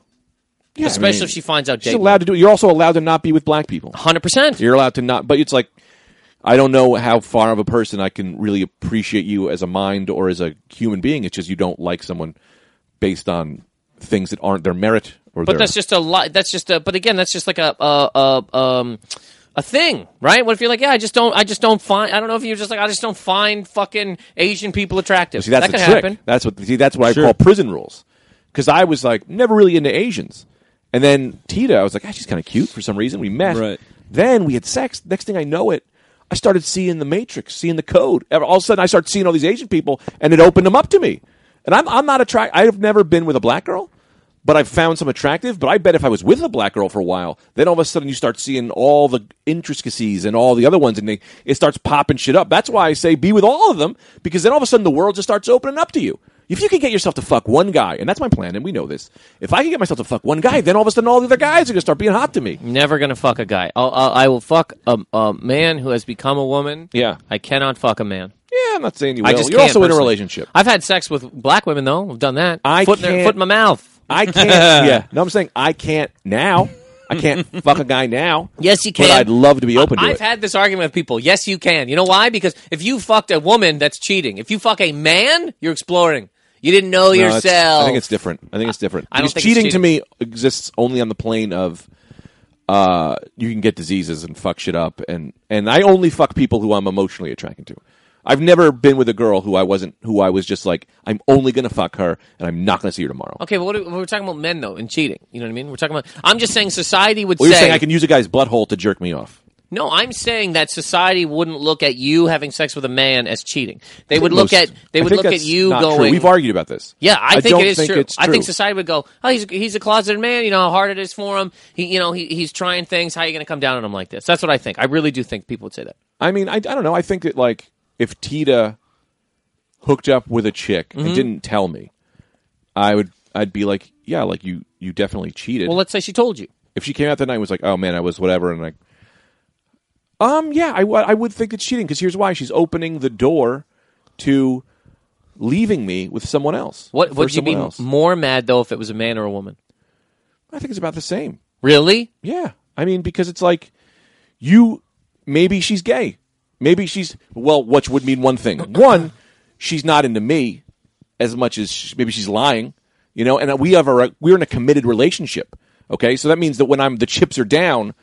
[SPEAKER 1] Yeah, I
[SPEAKER 2] especially
[SPEAKER 1] mean,
[SPEAKER 2] if she finds out
[SPEAKER 1] she's
[SPEAKER 2] date
[SPEAKER 1] allowed to do. it. You're also allowed to not be with black people.
[SPEAKER 2] 100. percent
[SPEAKER 1] You're allowed to not, but it's like I don't know how far of a person I can really appreciate you as a mind or as a human being. It's just you don't like someone based on things that aren't their merit or
[SPEAKER 2] But
[SPEAKER 1] their.
[SPEAKER 2] that's just a lot. That's just a. But again, that's just like a a, a um a thing, right? What if you're like, yeah, I just don't, I just don't find. I don't know if you're just like, I just don't find fucking Asian people attractive.
[SPEAKER 1] see, that's
[SPEAKER 2] that
[SPEAKER 1] a
[SPEAKER 2] could
[SPEAKER 1] trick.
[SPEAKER 2] happen.
[SPEAKER 1] That's what see, that's what
[SPEAKER 3] Sure.
[SPEAKER 1] I call prison rules. Because I was like never really into Asians, and then Tita, I was like, ah, she's kind of cute for some reason. We met,
[SPEAKER 3] Right.
[SPEAKER 1] then we had sex. Next thing I know, it. I started seeing the Matrix, seeing the code. Ever- All of a sudden, I started seeing all these Asian people, and it opened them up to me. And I'm I'm not attract. I've never been with a black girl, but I've found some attractive. But I bet if I was with a black girl for a while, then all of a sudden you start seeing all the intricacies and all the other ones, and they, it starts popping shit up. That's why I say be with all of them because then all of a sudden the world just starts opening up to you. If you can get yourself to fuck one guy, and that's my plan, and we know this. If I can get myself to fuck one guy, then all of a sudden all the other guys are gonna start being hot to me.
[SPEAKER 2] Never gonna fuck a guy. I'll, I'll, I will fuck a, a man who has become a woman.
[SPEAKER 1] Yeah.
[SPEAKER 2] I cannot fuck a man.
[SPEAKER 1] Yeah, I'm not saying you will.
[SPEAKER 2] I just
[SPEAKER 1] You're
[SPEAKER 2] can't,
[SPEAKER 1] also in a
[SPEAKER 2] personally.
[SPEAKER 1] relationship.
[SPEAKER 2] I've had sex with black women though. I've done that.
[SPEAKER 1] I
[SPEAKER 2] foot, in their-
[SPEAKER 1] can't-
[SPEAKER 2] foot in my mouth.
[SPEAKER 1] I can't. yeah, no, I'm saying I can't now. I can't fuck a guy now.
[SPEAKER 2] Yes, you can.
[SPEAKER 1] But I'd love to be open to
[SPEAKER 2] I've
[SPEAKER 1] it.
[SPEAKER 2] had this argument with people. Yes, you can. You know why? Because if you fucked a woman, that's cheating. If you fuck a man, you're exploring. You didn't know
[SPEAKER 1] No, it's-
[SPEAKER 2] yourself.
[SPEAKER 1] I think it's different. I think it's different.
[SPEAKER 2] I don't
[SPEAKER 1] Because
[SPEAKER 2] think it's
[SPEAKER 1] cheating, to me exists only on the plane of uh, you can get diseases and fuck shit up, and and I only fuck people who I'm emotionally attracted to. I've never been with a girl who I wasn't, who I was just like, I'm only gonna fuck her, and I'm not gonna see her tomorrow.
[SPEAKER 2] okay. But what are, we're talking about men though and cheating. You know what I mean? We're talking about. I'm just saying society would
[SPEAKER 1] Well, you're
[SPEAKER 2] say.
[SPEAKER 1] saying I can use a guy's butthole to jerk me off.
[SPEAKER 2] no, I'm saying that society wouldn't look at you having sex with a man as cheating. They would look
[SPEAKER 1] Most-
[SPEAKER 2] at. They
[SPEAKER 1] I
[SPEAKER 2] would
[SPEAKER 1] think
[SPEAKER 2] look at
[SPEAKER 1] that's
[SPEAKER 2] you
[SPEAKER 1] not true.
[SPEAKER 2] going.
[SPEAKER 1] We've argued about this.
[SPEAKER 2] Yeah, I, think
[SPEAKER 1] don't
[SPEAKER 2] it is
[SPEAKER 1] think
[SPEAKER 2] true.
[SPEAKER 1] it's
[SPEAKER 2] I
[SPEAKER 1] true.
[SPEAKER 2] think society would go, "Oh, he's he's a closeted man. You know how hard it is for him. He, you know, he, he's trying things. How are you going to come down on him like this?" That's what I think. I really do think people would say that.
[SPEAKER 1] I mean, I, I don't know. I think that like if Tita hooked up with a chick
[SPEAKER 2] Mm-hmm.
[SPEAKER 1] and didn't tell me, I would I'd be like, yeah, like you you definitely cheated.
[SPEAKER 2] Well, let's say she told you.
[SPEAKER 1] if she came out that night and was like, oh man, I was whatever, and like, um, yeah, I, wa- I would think it's cheating because here's why: she's opening the door to leaving me with someone else.
[SPEAKER 2] What
[SPEAKER 1] for
[SPEAKER 2] would you be
[SPEAKER 1] someone else.
[SPEAKER 2] more mad though if it was a man or a woman?
[SPEAKER 1] I think it's about the same.
[SPEAKER 2] Really?
[SPEAKER 1] Yeah. I mean, because it's like you maybe she's gay. Maybe she's well, which would mean one thing. One, she's not into me as much as she, maybe she's lying, you know, and we have a we're in a committed relationship. Okay? So that means that when I'm the chips are down,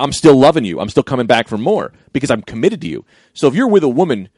[SPEAKER 1] I'm still loving you. I'm still coming back for more because I'm committed to you. So if you're with a woman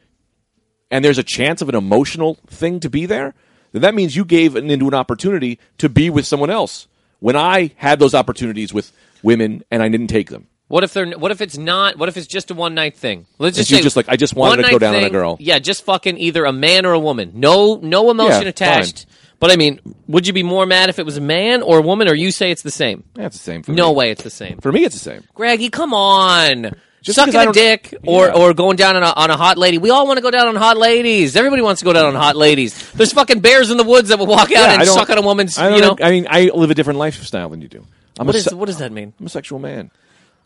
[SPEAKER 1] and there's a chance of an emotional thing to be there, then that means you gave an, into an opportunity to be with someone else. When I had those opportunities with women and I didn't take them,
[SPEAKER 2] What if they're? What if it's not? What if it's just a one night thing? Let's just
[SPEAKER 1] you
[SPEAKER 2] say
[SPEAKER 1] just like, I just wanted to go
[SPEAKER 2] one-night
[SPEAKER 1] down on a
[SPEAKER 2] thing,
[SPEAKER 1] girl.
[SPEAKER 2] Yeah, just fucking either a man or a woman. No, no emotion
[SPEAKER 1] Yeah,
[SPEAKER 2] attached. But I mean, would you be more mad if it was a man or a woman? Or you say it's the same?
[SPEAKER 1] that's the same. For
[SPEAKER 2] No
[SPEAKER 1] me.
[SPEAKER 2] way, it's the same.
[SPEAKER 1] For me, it's the same.
[SPEAKER 2] Greggy, come on.
[SPEAKER 1] Just
[SPEAKER 2] Sucking
[SPEAKER 1] because I
[SPEAKER 2] a
[SPEAKER 1] don't-
[SPEAKER 2] dick or,
[SPEAKER 1] Yeah.
[SPEAKER 2] or going down on a, on a hot lady. We all want to go down on hot ladies. Everybody wants to go down on hot ladies. There's fucking bears in the woods that will walk out
[SPEAKER 1] Yeah,
[SPEAKER 2] and
[SPEAKER 1] I don't-
[SPEAKER 2] suck on a woman's,
[SPEAKER 1] I don't
[SPEAKER 2] you know.
[SPEAKER 1] I mean, I live a different lifestyle than you do. I'm,
[SPEAKER 2] What
[SPEAKER 1] a
[SPEAKER 2] is
[SPEAKER 1] se-
[SPEAKER 2] what does that mean?
[SPEAKER 1] I'm a sexual man.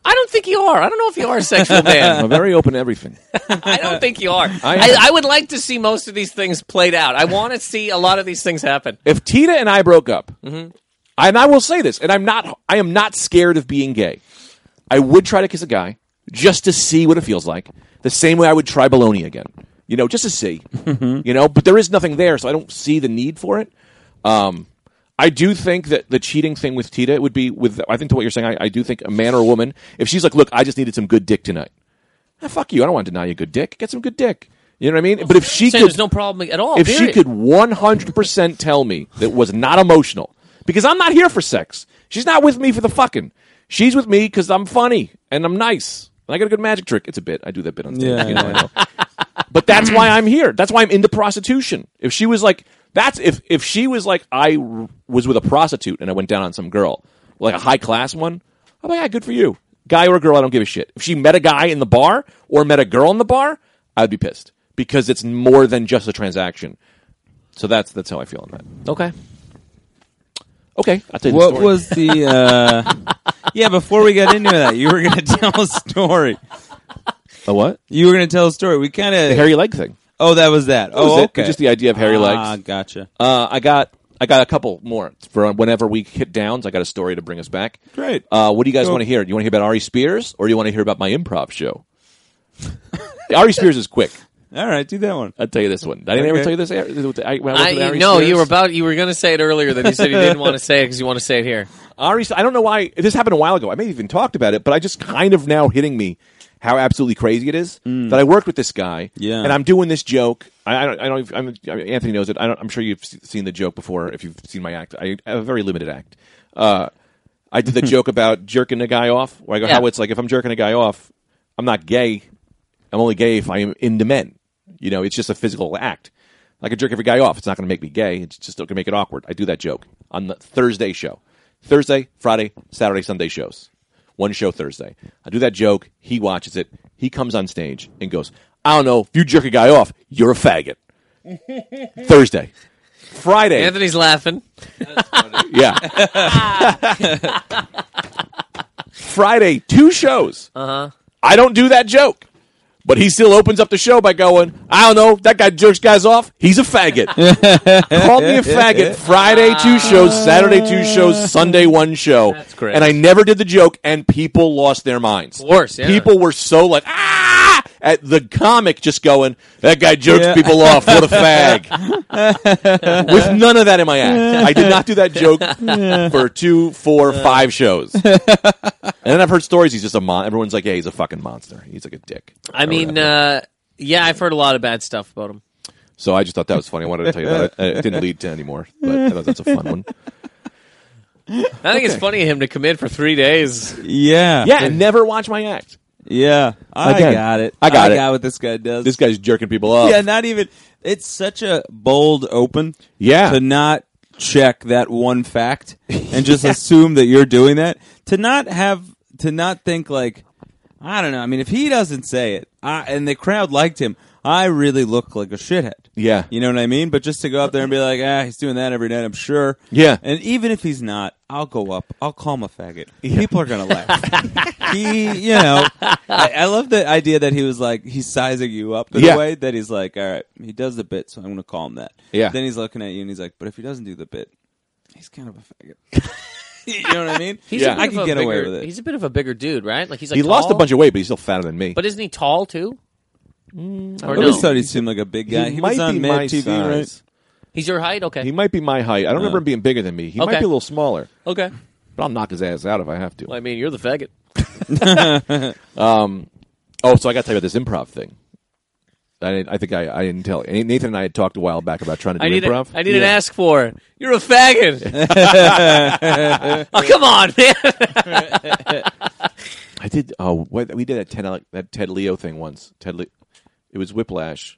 [SPEAKER 2] I don't think you are. I don't know if you are a sexual man.
[SPEAKER 1] I'm very open to everything.
[SPEAKER 2] I don't think you are. I,
[SPEAKER 1] am.
[SPEAKER 2] I would like to see most of these things played out. I want to see a lot of these things happen.
[SPEAKER 1] If Tina and I broke up, and I will say this, and I'm not, I am not scared of being gay. I would try to kiss a guy just to see what it feels like. The same way I would try baloney again, you know, just to see, you know. But there is nothing there, so I don't see the need for it. Um, I do think that the cheating thing with Tita would be with. I think to what you're saying, I, I do think a man or a woman, if she's like, "Look, I just needed some good dick tonight," ah, fuck you, I don't want to deny you good dick. Get some good dick. You know what I mean? But if she
[SPEAKER 2] Saying
[SPEAKER 1] could,
[SPEAKER 2] there's no problem at all.
[SPEAKER 1] if she
[SPEAKER 2] period.
[SPEAKER 1] could 100% tell me that was not emotional because i'm not here for sex she's not with me for the fucking she's with me because i'm funny and i'm nice and i got a good magic trick it's a bit i do that bit on stage
[SPEAKER 3] Yeah.
[SPEAKER 1] you know, I know. but that's why i'm here that's why i'm into prostitution if she was like that's if if she was like i r- was with a prostitute and i went down on some girl like a high class one i'm like yeah good for you guy or girl i don't give a shit if she met a guy in the bar or met a girl in the bar i'd be pissed because it's more than just a transaction so that's that's how I feel on that.
[SPEAKER 2] Okay.
[SPEAKER 1] Okay, I'll tell you
[SPEAKER 3] What
[SPEAKER 1] the story.
[SPEAKER 3] was the? Uh, yeah, before we got into that, you were going to tell a story.
[SPEAKER 1] the what?
[SPEAKER 3] You were going to tell a story. We kind
[SPEAKER 1] The
[SPEAKER 3] of.
[SPEAKER 1] hairy leg thing.
[SPEAKER 3] Oh, that was that.
[SPEAKER 1] That
[SPEAKER 3] oh,
[SPEAKER 1] was it.
[SPEAKER 3] okay.
[SPEAKER 1] Just the idea of hairy
[SPEAKER 3] Ah,
[SPEAKER 1] legs.
[SPEAKER 3] gotcha.
[SPEAKER 1] Uh, I got I got a couple more for uh, whenever we hit downs. I got a story to bring us back.
[SPEAKER 3] Great.
[SPEAKER 1] Uh, what do you guys
[SPEAKER 3] Go.
[SPEAKER 1] want to hear? Do you want to hear about Ari Spears or do you want to hear about my improv show? Ari Spears is quick.
[SPEAKER 3] All right, do that one.
[SPEAKER 1] I'll tell you this one. Did I ever
[SPEAKER 3] Okay.
[SPEAKER 1] tell you this? Ari- with the- I, when I worked with
[SPEAKER 2] I,
[SPEAKER 1] Ari
[SPEAKER 2] no,
[SPEAKER 1] Spears?
[SPEAKER 2] you were about you were going to say it earlier. Then you said you didn't want to say it because you want to say it here.
[SPEAKER 1] Ari, I don't know why this happened a while ago. I may have even talked about it, but I just kind of now hitting me how absolutely crazy it is that I worked with this guy,
[SPEAKER 3] Yeah.
[SPEAKER 1] and I'm doing this joke. I, I don't, I don't. even- I'm, I mean, Anthony knows it. I don't, I'm sure you've se- seen the joke before if you've seen my act. I have a very limited act. Uh, I did the joke about jerking a guy off, where I go,
[SPEAKER 2] Yeah.
[SPEAKER 1] how it's like if I'm jerking a guy off, I'm not gay. I'm only gay if I am into men. You know, it's just a physical act. I could jerk every guy off. It's not going to make me gay. It's just going to make it awkward. I do that joke on the Thursday show. Thursday, Friday, Saturday, Sunday shows. One show Thursday. I do that joke. He watches it. He comes on stage and goes, I don't know. If you jerk a guy off, you're a faggot. Thursday. Friday.
[SPEAKER 2] Anthony's laughing.
[SPEAKER 1] Yeah. Friday, two shows. Uh-huh. I don't do that joke. But he still opens up the show by going, I don't know, that guy jerks guys off. He's a faggot. Call me a faggot. Friday, two shows. Saturday, two shows. Sunday, one show.
[SPEAKER 2] That's great.
[SPEAKER 1] And I never did the joke, and people lost their minds. Of
[SPEAKER 2] course, yeah.
[SPEAKER 1] People were so like, ah! At the comic just going, that guy jerks
[SPEAKER 3] Yeah.
[SPEAKER 1] people off. What a fag with none of that in my act. I did not do that joke for two, four, five shows. And then I've heard stories. He's just a mon. Everyone's like, yeah, he's a fucking monster. He's like a dick.
[SPEAKER 2] I
[SPEAKER 1] Or
[SPEAKER 2] mean,
[SPEAKER 1] whatever.
[SPEAKER 2] uh, yeah, I've heard a lot of bad stuff about him.
[SPEAKER 1] so I just thought that was funny. I wanted to tell you that. It, it didn't lead to any more, but I thought that's a fun one.
[SPEAKER 2] I think it's funny of him to commit for three days.
[SPEAKER 3] Yeah.
[SPEAKER 1] Yeah, and never watch my act.
[SPEAKER 3] Yeah. I
[SPEAKER 1] Again,
[SPEAKER 3] got it.
[SPEAKER 1] I got it.
[SPEAKER 3] got what this guy does.
[SPEAKER 1] This guy's jerking people up.
[SPEAKER 3] yeah, not even. It's such a bold open.
[SPEAKER 1] Yeah.
[SPEAKER 3] To not check that one fact and just assume that you're doing that. To not have. To not think like, I don't know. I mean, if he doesn't say it, I, and the crowd liked him, I really look like a shithead.
[SPEAKER 1] Yeah.
[SPEAKER 3] You know what I mean? But just to go up there and be like, ah, he's doing that every night, I'm sure.
[SPEAKER 1] Yeah.
[SPEAKER 3] And even if he's not, I'll go up. I'll call him a faggot. People are gonna laugh. he, you know, I, I love the idea that he was like he's sizing you up in
[SPEAKER 1] Yeah.
[SPEAKER 3] a way that he's like, all right, he does the bit, so I'm gonna call him that.
[SPEAKER 1] Yeah.
[SPEAKER 3] Then he's looking at you and he's like, but if he doesn't do the bit, he's kind of a faggot. you know what I mean?
[SPEAKER 2] He's
[SPEAKER 1] Yeah.
[SPEAKER 2] a bit
[SPEAKER 3] I
[SPEAKER 2] of
[SPEAKER 3] can
[SPEAKER 2] a
[SPEAKER 3] get away
[SPEAKER 2] bigger-
[SPEAKER 3] with it.
[SPEAKER 2] He's a bit of a bigger dude, right? Like he's like
[SPEAKER 1] he lost a
[SPEAKER 2] tall,
[SPEAKER 1] bunch of weight, but he's still fatter than me.
[SPEAKER 2] But isn't he tall too? or
[SPEAKER 1] Mm,
[SPEAKER 3] I
[SPEAKER 2] no?
[SPEAKER 3] always
[SPEAKER 1] uh,
[SPEAKER 3] thought he seemed like a big guy. He, was
[SPEAKER 1] might be
[SPEAKER 3] on
[SPEAKER 1] my
[SPEAKER 3] Mad TV,
[SPEAKER 1] size.
[SPEAKER 2] He's your height. Okay.
[SPEAKER 1] He might be my height. I don't remember him being bigger than me. He might
[SPEAKER 2] Uh. Okay.
[SPEAKER 1] be a little smaller,
[SPEAKER 2] okay.
[SPEAKER 1] but I'll knock his ass out if I have to.
[SPEAKER 2] Well, I mean, you're the faggot.
[SPEAKER 1] Oh, so I got to tell you about this improv thing. I, didn't, I think I, I didn't tell Nathan and I had talked a while back about trying to do
[SPEAKER 2] I need. A,
[SPEAKER 1] improv.
[SPEAKER 2] I need an ask for. You're a faggot. oh come on, man.
[SPEAKER 1] I did. Oh, what, we did that Ted Ale- that Ted Leo thing once. Ted, Le- it was Whiplash,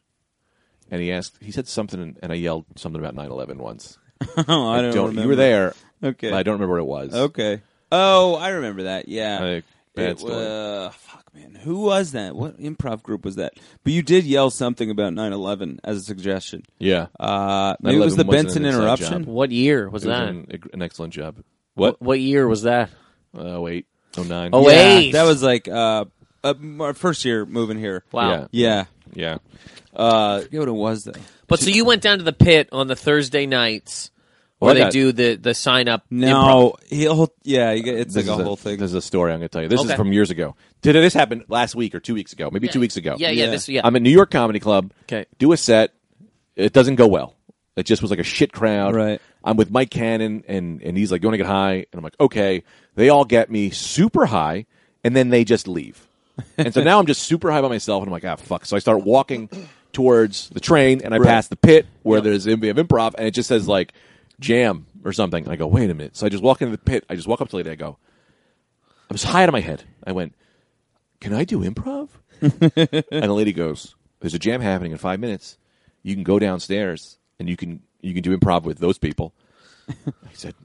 [SPEAKER 1] and he asked. He said something, and I yelled something about 9-11 once.
[SPEAKER 3] Right? oh, I don't.
[SPEAKER 1] you were
[SPEAKER 3] remember.
[SPEAKER 1] there.
[SPEAKER 3] Okay.
[SPEAKER 1] but I don't remember what it was.
[SPEAKER 3] Okay. Oh, I remember that. Yeah.
[SPEAKER 1] Like, bad
[SPEAKER 3] It
[SPEAKER 1] story.
[SPEAKER 3] wa- fuck, man. Who was that? What improv group was that? But you did yell something about 9-11 as a suggestion.
[SPEAKER 1] Yeah,
[SPEAKER 3] Uh, maybe it was the
[SPEAKER 1] 9/11 wasn't
[SPEAKER 3] Benson
[SPEAKER 1] an inside
[SPEAKER 3] interruption.
[SPEAKER 1] job.
[SPEAKER 2] What year was
[SPEAKER 1] it was
[SPEAKER 2] that?
[SPEAKER 1] an, an excellent job. What?
[SPEAKER 2] What year was that?
[SPEAKER 1] Oh wait, oh nine.
[SPEAKER 2] Oh,
[SPEAKER 1] yeah.
[SPEAKER 2] wait.
[SPEAKER 3] Yeah,
[SPEAKER 2] Wait.
[SPEAKER 3] that was like uh, uh, our first year moving here.
[SPEAKER 2] Wow.
[SPEAKER 1] Yeah.
[SPEAKER 3] Yeah.
[SPEAKER 1] yeah.
[SPEAKER 3] Uh, I forget what it was though.
[SPEAKER 2] But so you went down to the pit on the Thursday nights
[SPEAKER 1] Well, Oh, I
[SPEAKER 2] where they
[SPEAKER 1] got-
[SPEAKER 2] do the the sign up.
[SPEAKER 3] No, he'll. Yeah, you get, it's like
[SPEAKER 1] is
[SPEAKER 3] a whole thing.
[SPEAKER 1] This is a story I'm going to tell you. This
[SPEAKER 2] Okay.
[SPEAKER 1] is from years ago. Did this happen last week or two weeks ago? Maybe two weeks ago.
[SPEAKER 2] Yeah, yeah,
[SPEAKER 3] Yeah.
[SPEAKER 2] this yeah.
[SPEAKER 1] I'm at New York Comedy Club.
[SPEAKER 2] Okay.
[SPEAKER 1] Do a set. It doesn't go well. It just was like a shit crowd.
[SPEAKER 3] Right.
[SPEAKER 1] I'm with Mike Cannon, and and he's like, "You want to get high?" And I'm like, "Okay." They all get me super high, and then they just leave. and so now I'm just super high by myself, and I'm like, "Ah, fuck!" So I start walking towards the train, and I pass the pit where there's the MVM Improv, and it just says like jam or something. And I go, "Wait a minute!" So I just walk into the pit. I just walk up to the lady. I go, "I'm just high out of my head." I went, "Can I do improv?" and the lady goes, "There's a jam happening in five minutes. You can go downstairs and you can you can do improv with those people." I said,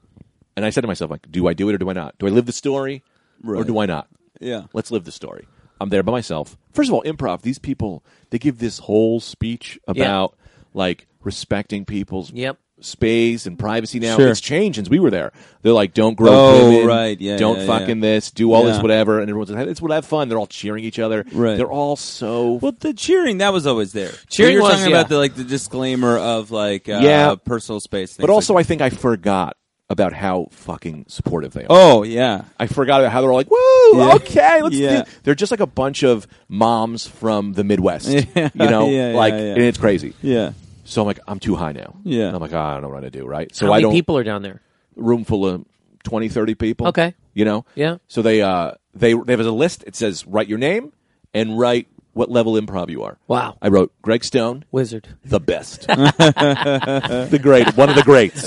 [SPEAKER 1] and I said to myself, like, "Do I do it or do I not? Do I live the story or
[SPEAKER 3] Right.
[SPEAKER 1] do I not?
[SPEAKER 3] Yeah.
[SPEAKER 1] let's live the story." I'm there by myself. First of all, improv. These people they give this whole speech about like respecting people's
[SPEAKER 2] Yep.
[SPEAKER 1] space and privacy. Now
[SPEAKER 3] Sure.
[SPEAKER 1] it's changed since we were there. They're like, "Don't grow
[SPEAKER 3] Oh,
[SPEAKER 1] women.
[SPEAKER 3] right. Yeah,
[SPEAKER 1] don't
[SPEAKER 3] yeah, yeah.
[SPEAKER 1] fucking this. Do all this
[SPEAKER 3] Yeah.
[SPEAKER 1] whatever." And everyone's like, "It's what have fun." They're all cheering each other.
[SPEAKER 3] Right.
[SPEAKER 1] They're all so
[SPEAKER 3] Well, the cheering that was always there.
[SPEAKER 2] Cheering
[SPEAKER 3] you're
[SPEAKER 2] was,
[SPEAKER 3] talking
[SPEAKER 2] yeah.
[SPEAKER 3] about the like the disclaimer of like uh,
[SPEAKER 1] Yeah.
[SPEAKER 3] personal space. Things
[SPEAKER 1] But also, I
[SPEAKER 3] like,
[SPEAKER 1] think I forgot about how fucking supportive they are.
[SPEAKER 3] oh yeah,
[SPEAKER 1] I forgot about how they're all like, "Woo,
[SPEAKER 3] Yeah.
[SPEAKER 1] okay, let's
[SPEAKER 3] Yeah.
[SPEAKER 1] do." They're just like a bunch of moms from the Midwest, you know,
[SPEAKER 3] Yeah, yeah,
[SPEAKER 1] like,
[SPEAKER 3] yeah.
[SPEAKER 1] and it's crazy.
[SPEAKER 3] yeah,
[SPEAKER 1] So I'm like, I'm too high now.
[SPEAKER 3] Yeah.
[SPEAKER 1] And I'm like, "Ah, I don't know what to do, right? So
[SPEAKER 2] How
[SPEAKER 1] I
[SPEAKER 2] many
[SPEAKER 1] don't
[SPEAKER 2] people are down there?
[SPEAKER 1] room full of 20, 30 people.
[SPEAKER 2] Okay.
[SPEAKER 1] you know,
[SPEAKER 2] Yeah.
[SPEAKER 1] So they uh they they have a list. It says write your name and write what level improv you are.
[SPEAKER 2] Wow.
[SPEAKER 1] I wrote Greg Stone,
[SPEAKER 2] Wizard.
[SPEAKER 1] the best, the great, one of the greats.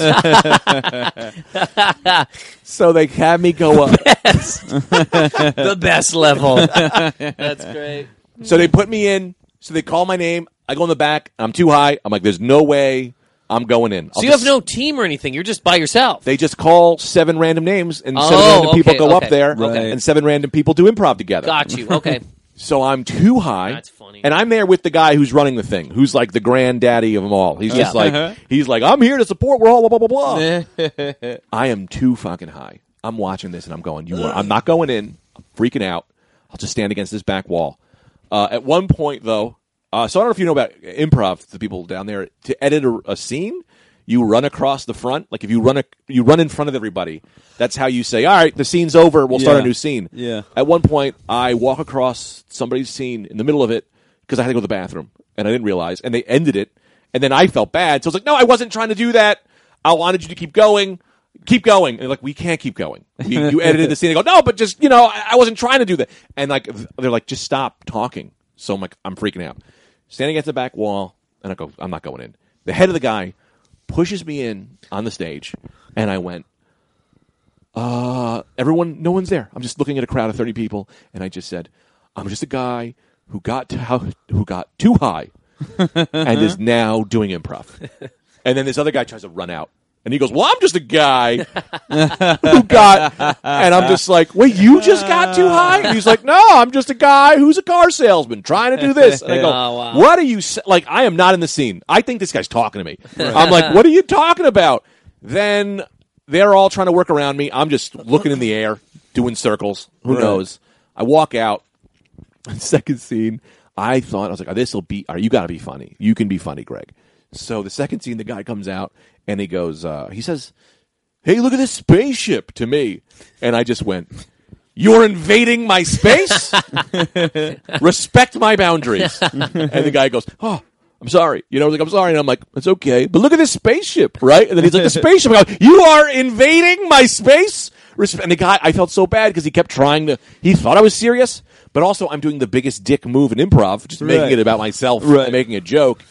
[SPEAKER 1] so they had me go up.
[SPEAKER 2] the best level. That's great.
[SPEAKER 1] So they put me in. So they call my name. I go in the back. I'm too high. I'm like, there's no way I'm going in. I'll
[SPEAKER 2] So you
[SPEAKER 1] just-
[SPEAKER 2] have no team or anything. You're just by yourself.
[SPEAKER 1] They just call seven random names, and seven
[SPEAKER 2] Oh,
[SPEAKER 1] random people
[SPEAKER 2] okay,
[SPEAKER 1] go
[SPEAKER 2] okay,
[SPEAKER 1] up there,
[SPEAKER 3] okay.
[SPEAKER 1] and seven random people do improv together.
[SPEAKER 2] Got you. Okay.
[SPEAKER 1] So I'm too high.
[SPEAKER 2] That's funny.
[SPEAKER 1] And I'm there with the guy who's running the thing, who's like the granddaddy of them all. He's just
[SPEAKER 2] Yeah.
[SPEAKER 1] like, he's like, I'm here to support. We're all blah blah blah blah. I am too fucking high. I'm watching this and I'm going, you are, I'm not going in. I'm freaking out. I'll just stand against this back wall. Uh, at one point though, uh, so I don't know if you know about improv. The people down there to edit a, a scene. You run across the front, like if you run a, you run in front of everybody. That's how you say, "All right, the scene's over. We'll start
[SPEAKER 3] Yeah.
[SPEAKER 1] a new scene."
[SPEAKER 3] Yeah.
[SPEAKER 1] At one point, I walk across somebody's scene in the middle of it because I had to go to the bathroom and I didn't realize, and they ended it, and then I felt bad, so I was like, "No, I wasn't trying to do that. I wanted you to keep going, keep going." And they're like, "We can't keep going. We, you edited the scene." I go, "No, but just you know, I, I wasn't trying to do that." And like, th- they're like, "Just stop talking." So I'm like, I'm freaking out, standing at the back wall, and I go, "I'm not going in." The head of the guy pushes me in on the stage, and I went everyone, no one's there. I'm just looking at a crowd of 30 people, and I just said, "I'm just a guy who got to who got too high, and is now doing improv." And then this other guy tries to run out, and he goes, "Well, I'm just a guy who got," and I'm just like, "Wait, you just got too high?" And he's like, "No, I'm just a guy who's a car salesman trying to do this." And I go,
[SPEAKER 2] Oh, wow.
[SPEAKER 1] "What are you s- like? I am not in the scene. I think this guy's talking to me. I'm like, what are you talking about?" Then they're all trying to work around me. I'm just looking in the air, doing circles. Who
[SPEAKER 3] Right.
[SPEAKER 1] knows? I walk out. Second scene, I thought I was like, oh, "This will be. Are you got to be funny? You can be funny, Greg." So the second scene, the guy comes out and he goes, uh, he says, "Hey, look at this spaceship!" To me, and I just went, "You're invading my space. Respect my boundaries." and the guy goes, "Oh." I'm sorry. You know, like, I'm sorry. And I'm like, it's okay. But look at this spaceship, right? And then he's like, the spaceship. I go, you are invading my space. Resp- And the guy, I felt so bad because he kept trying to, he thought I was serious, but also I'm doing the biggest dick move in improv, just making
[SPEAKER 3] Right.
[SPEAKER 1] it about myself
[SPEAKER 3] Right.
[SPEAKER 1] and making a joke.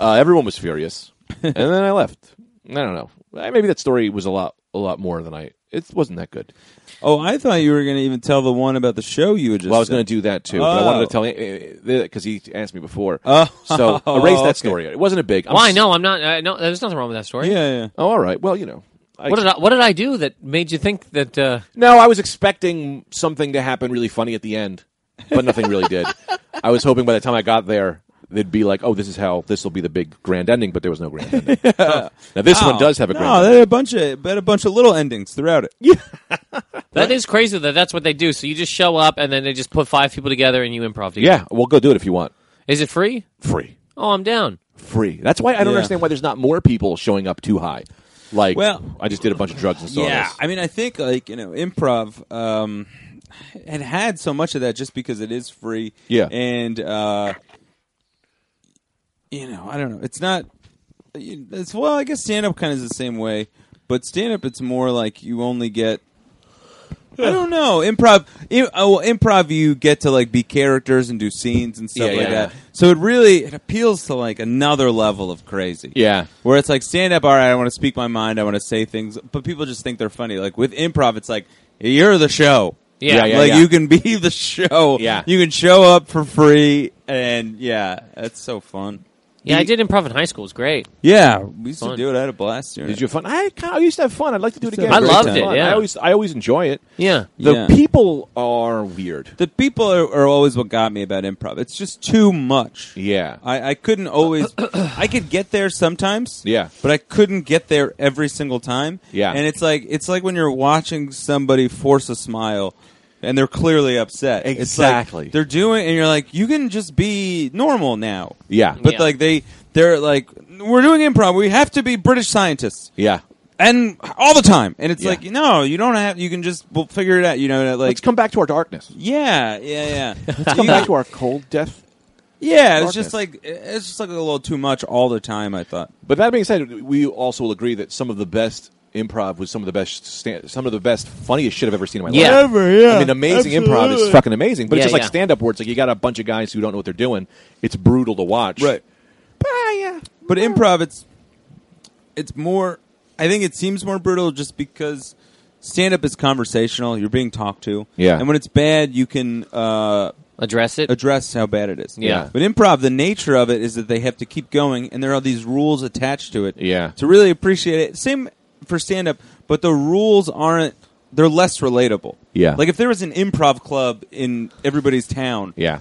[SPEAKER 1] Uh, everyone was furious. and then I left. I don't know. Uh, Maybe that story was a lot, a lot more than I, it wasn't that good.
[SPEAKER 3] Oh, I thought you were going to even tell the one about the show you had just.
[SPEAKER 1] Well, I was going to do that too, but I
[SPEAKER 3] Oh.
[SPEAKER 1] wanted to tell you eh, because he asked me before. Oh, so erase
[SPEAKER 3] okay.
[SPEAKER 1] that story. It wasn't a big. I'm
[SPEAKER 2] Why?
[SPEAKER 1] s-
[SPEAKER 2] No, I'm not. Uh, no, there's nothing wrong with that story.
[SPEAKER 3] Yeah, yeah.
[SPEAKER 1] Oh, all right. Well, you know. I,
[SPEAKER 2] What did I, What did I do that made you think that? Uh,
[SPEAKER 1] No, I was expecting something to happen really funny at the end, but nothing really did. I was hoping by the time I got there, they'd be like, "Oh, this is how this will be the big grand ending," but there was no grand ending. Now this one
[SPEAKER 3] Oh,
[SPEAKER 1] does have a grand.
[SPEAKER 3] No,
[SPEAKER 1] ending.
[SPEAKER 3] there are a bunch of but a bunch of little endings throughout it.
[SPEAKER 2] That is crazy that that's what they do. So you just show up and then they just put five people together and you improv together.
[SPEAKER 1] Yeah, well, go do it if you want.
[SPEAKER 2] Is it free?
[SPEAKER 1] Free,
[SPEAKER 2] Oh, I'm down.
[SPEAKER 1] free. That's why I don't
[SPEAKER 3] Yeah.
[SPEAKER 1] understand why there's not more people showing up too high. Like,
[SPEAKER 3] Well-
[SPEAKER 1] I just did a bunch of drugs and saw
[SPEAKER 3] yeah,
[SPEAKER 1] this.
[SPEAKER 3] I mean, I think like you know, improv um, it had so much of that just because it is free.
[SPEAKER 1] Yeah.
[SPEAKER 3] and uh, you know, I don't know. It's not. It's well, I guess stand up kind of is the same way, but stand up it's more like you only get. I don't know improv. Im- oh, improv you get to like be characters and do scenes and stuff
[SPEAKER 1] Yeah,
[SPEAKER 3] like
[SPEAKER 1] yeah.
[SPEAKER 3] that. So it really it appeals to like another level of crazy.
[SPEAKER 1] Yeah.
[SPEAKER 3] Where it's like stand up, all right, I want to speak my mind, I want to say things, but people just think they're funny. Like with improv, it's like you're the show.
[SPEAKER 2] Yeah. Yeah, yeah,
[SPEAKER 3] like
[SPEAKER 1] yeah.
[SPEAKER 3] you can be the show.
[SPEAKER 1] Yeah.
[SPEAKER 3] you can show up for free, and yeah, that's so fun.
[SPEAKER 2] Yeah, I did improv in high school. It was great.
[SPEAKER 3] Yeah, we used to
[SPEAKER 2] Fun.
[SPEAKER 3] do it. I had a blast. Doing
[SPEAKER 1] Did
[SPEAKER 3] it.
[SPEAKER 1] you have fun? I, kinda- I used to have fun. I'd like to do it
[SPEAKER 3] It's a
[SPEAKER 1] again.
[SPEAKER 3] I
[SPEAKER 1] It's
[SPEAKER 3] loved
[SPEAKER 1] fun.
[SPEAKER 3] it,
[SPEAKER 2] yeah.
[SPEAKER 1] I always, I always enjoy it.
[SPEAKER 2] Yeah.
[SPEAKER 1] The
[SPEAKER 3] Yeah.
[SPEAKER 1] people are weird.
[SPEAKER 3] The people are, are always what got me about improv. It's just too much.
[SPEAKER 1] Yeah,
[SPEAKER 3] I, I couldn't always. I could get there sometimes.
[SPEAKER 1] Yeah.
[SPEAKER 3] but I couldn't get there every single time.
[SPEAKER 1] Yeah.
[SPEAKER 3] and it's like it's like when you're watching somebody force a smile, and they're clearly upset. It's like
[SPEAKER 1] Exactly.
[SPEAKER 3] they're doing, and you're like, you can just be normal now.
[SPEAKER 1] yeah,
[SPEAKER 3] But
[SPEAKER 2] Yeah.
[SPEAKER 3] like they, they're like, we're doing improv. We have to be British scientists,
[SPEAKER 1] yeah.
[SPEAKER 3] and all the time. And it's
[SPEAKER 1] Yeah.
[SPEAKER 3] like, no, you don't have. You can just we'll figure it out. You know, like.
[SPEAKER 1] Let's come back to our darkness.
[SPEAKER 3] yeah, yeah, yeah.
[SPEAKER 1] Let's come
[SPEAKER 3] You-
[SPEAKER 1] back to our cold death
[SPEAKER 3] yeah, it
[SPEAKER 1] Darkness.
[SPEAKER 3] was just like it's just like a little too much all the time. I thought.
[SPEAKER 1] But that being said, we also will agree that some of the best improv was some of the best, stand- some of the best, funniest shit I've ever seen in my
[SPEAKER 2] Yeah.
[SPEAKER 1] life. I mean, amazing improv is fucking amazing. But
[SPEAKER 2] Yeah,
[SPEAKER 1] it's just like
[SPEAKER 2] yeah.
[SPEAKER 1] stand up, where it's like you got a bunch of guys who don't know what they're doing. It's brutal to watch.
[SPEAKER 3] But, but improv, it's it's more. I think it seems more brutal just because stand up is conversational. You're being talked to.
[SPEAKER 1] Yeah.
[SPEAKER 3] And when it's bad, you can uh,
[SPEAKER 2] Address it.
[SPEAKER 3] address how bad it is.
[SPEAKER 2] Yeah.
[SPEAKER 3] But improv, the nature of it is that they have to keep going, and there are these rules attached to it.
[SPEAKER 1] Yeah.
[SPEAKER 3] To really appreciate it. Same for stand up, but the rules aren't. They're less relatable.
[SPEAKER 1] Yeah.
[SPEAKER 3] Like if there was an improv club in everybody's town,
[SPEAKER 1] Yeah.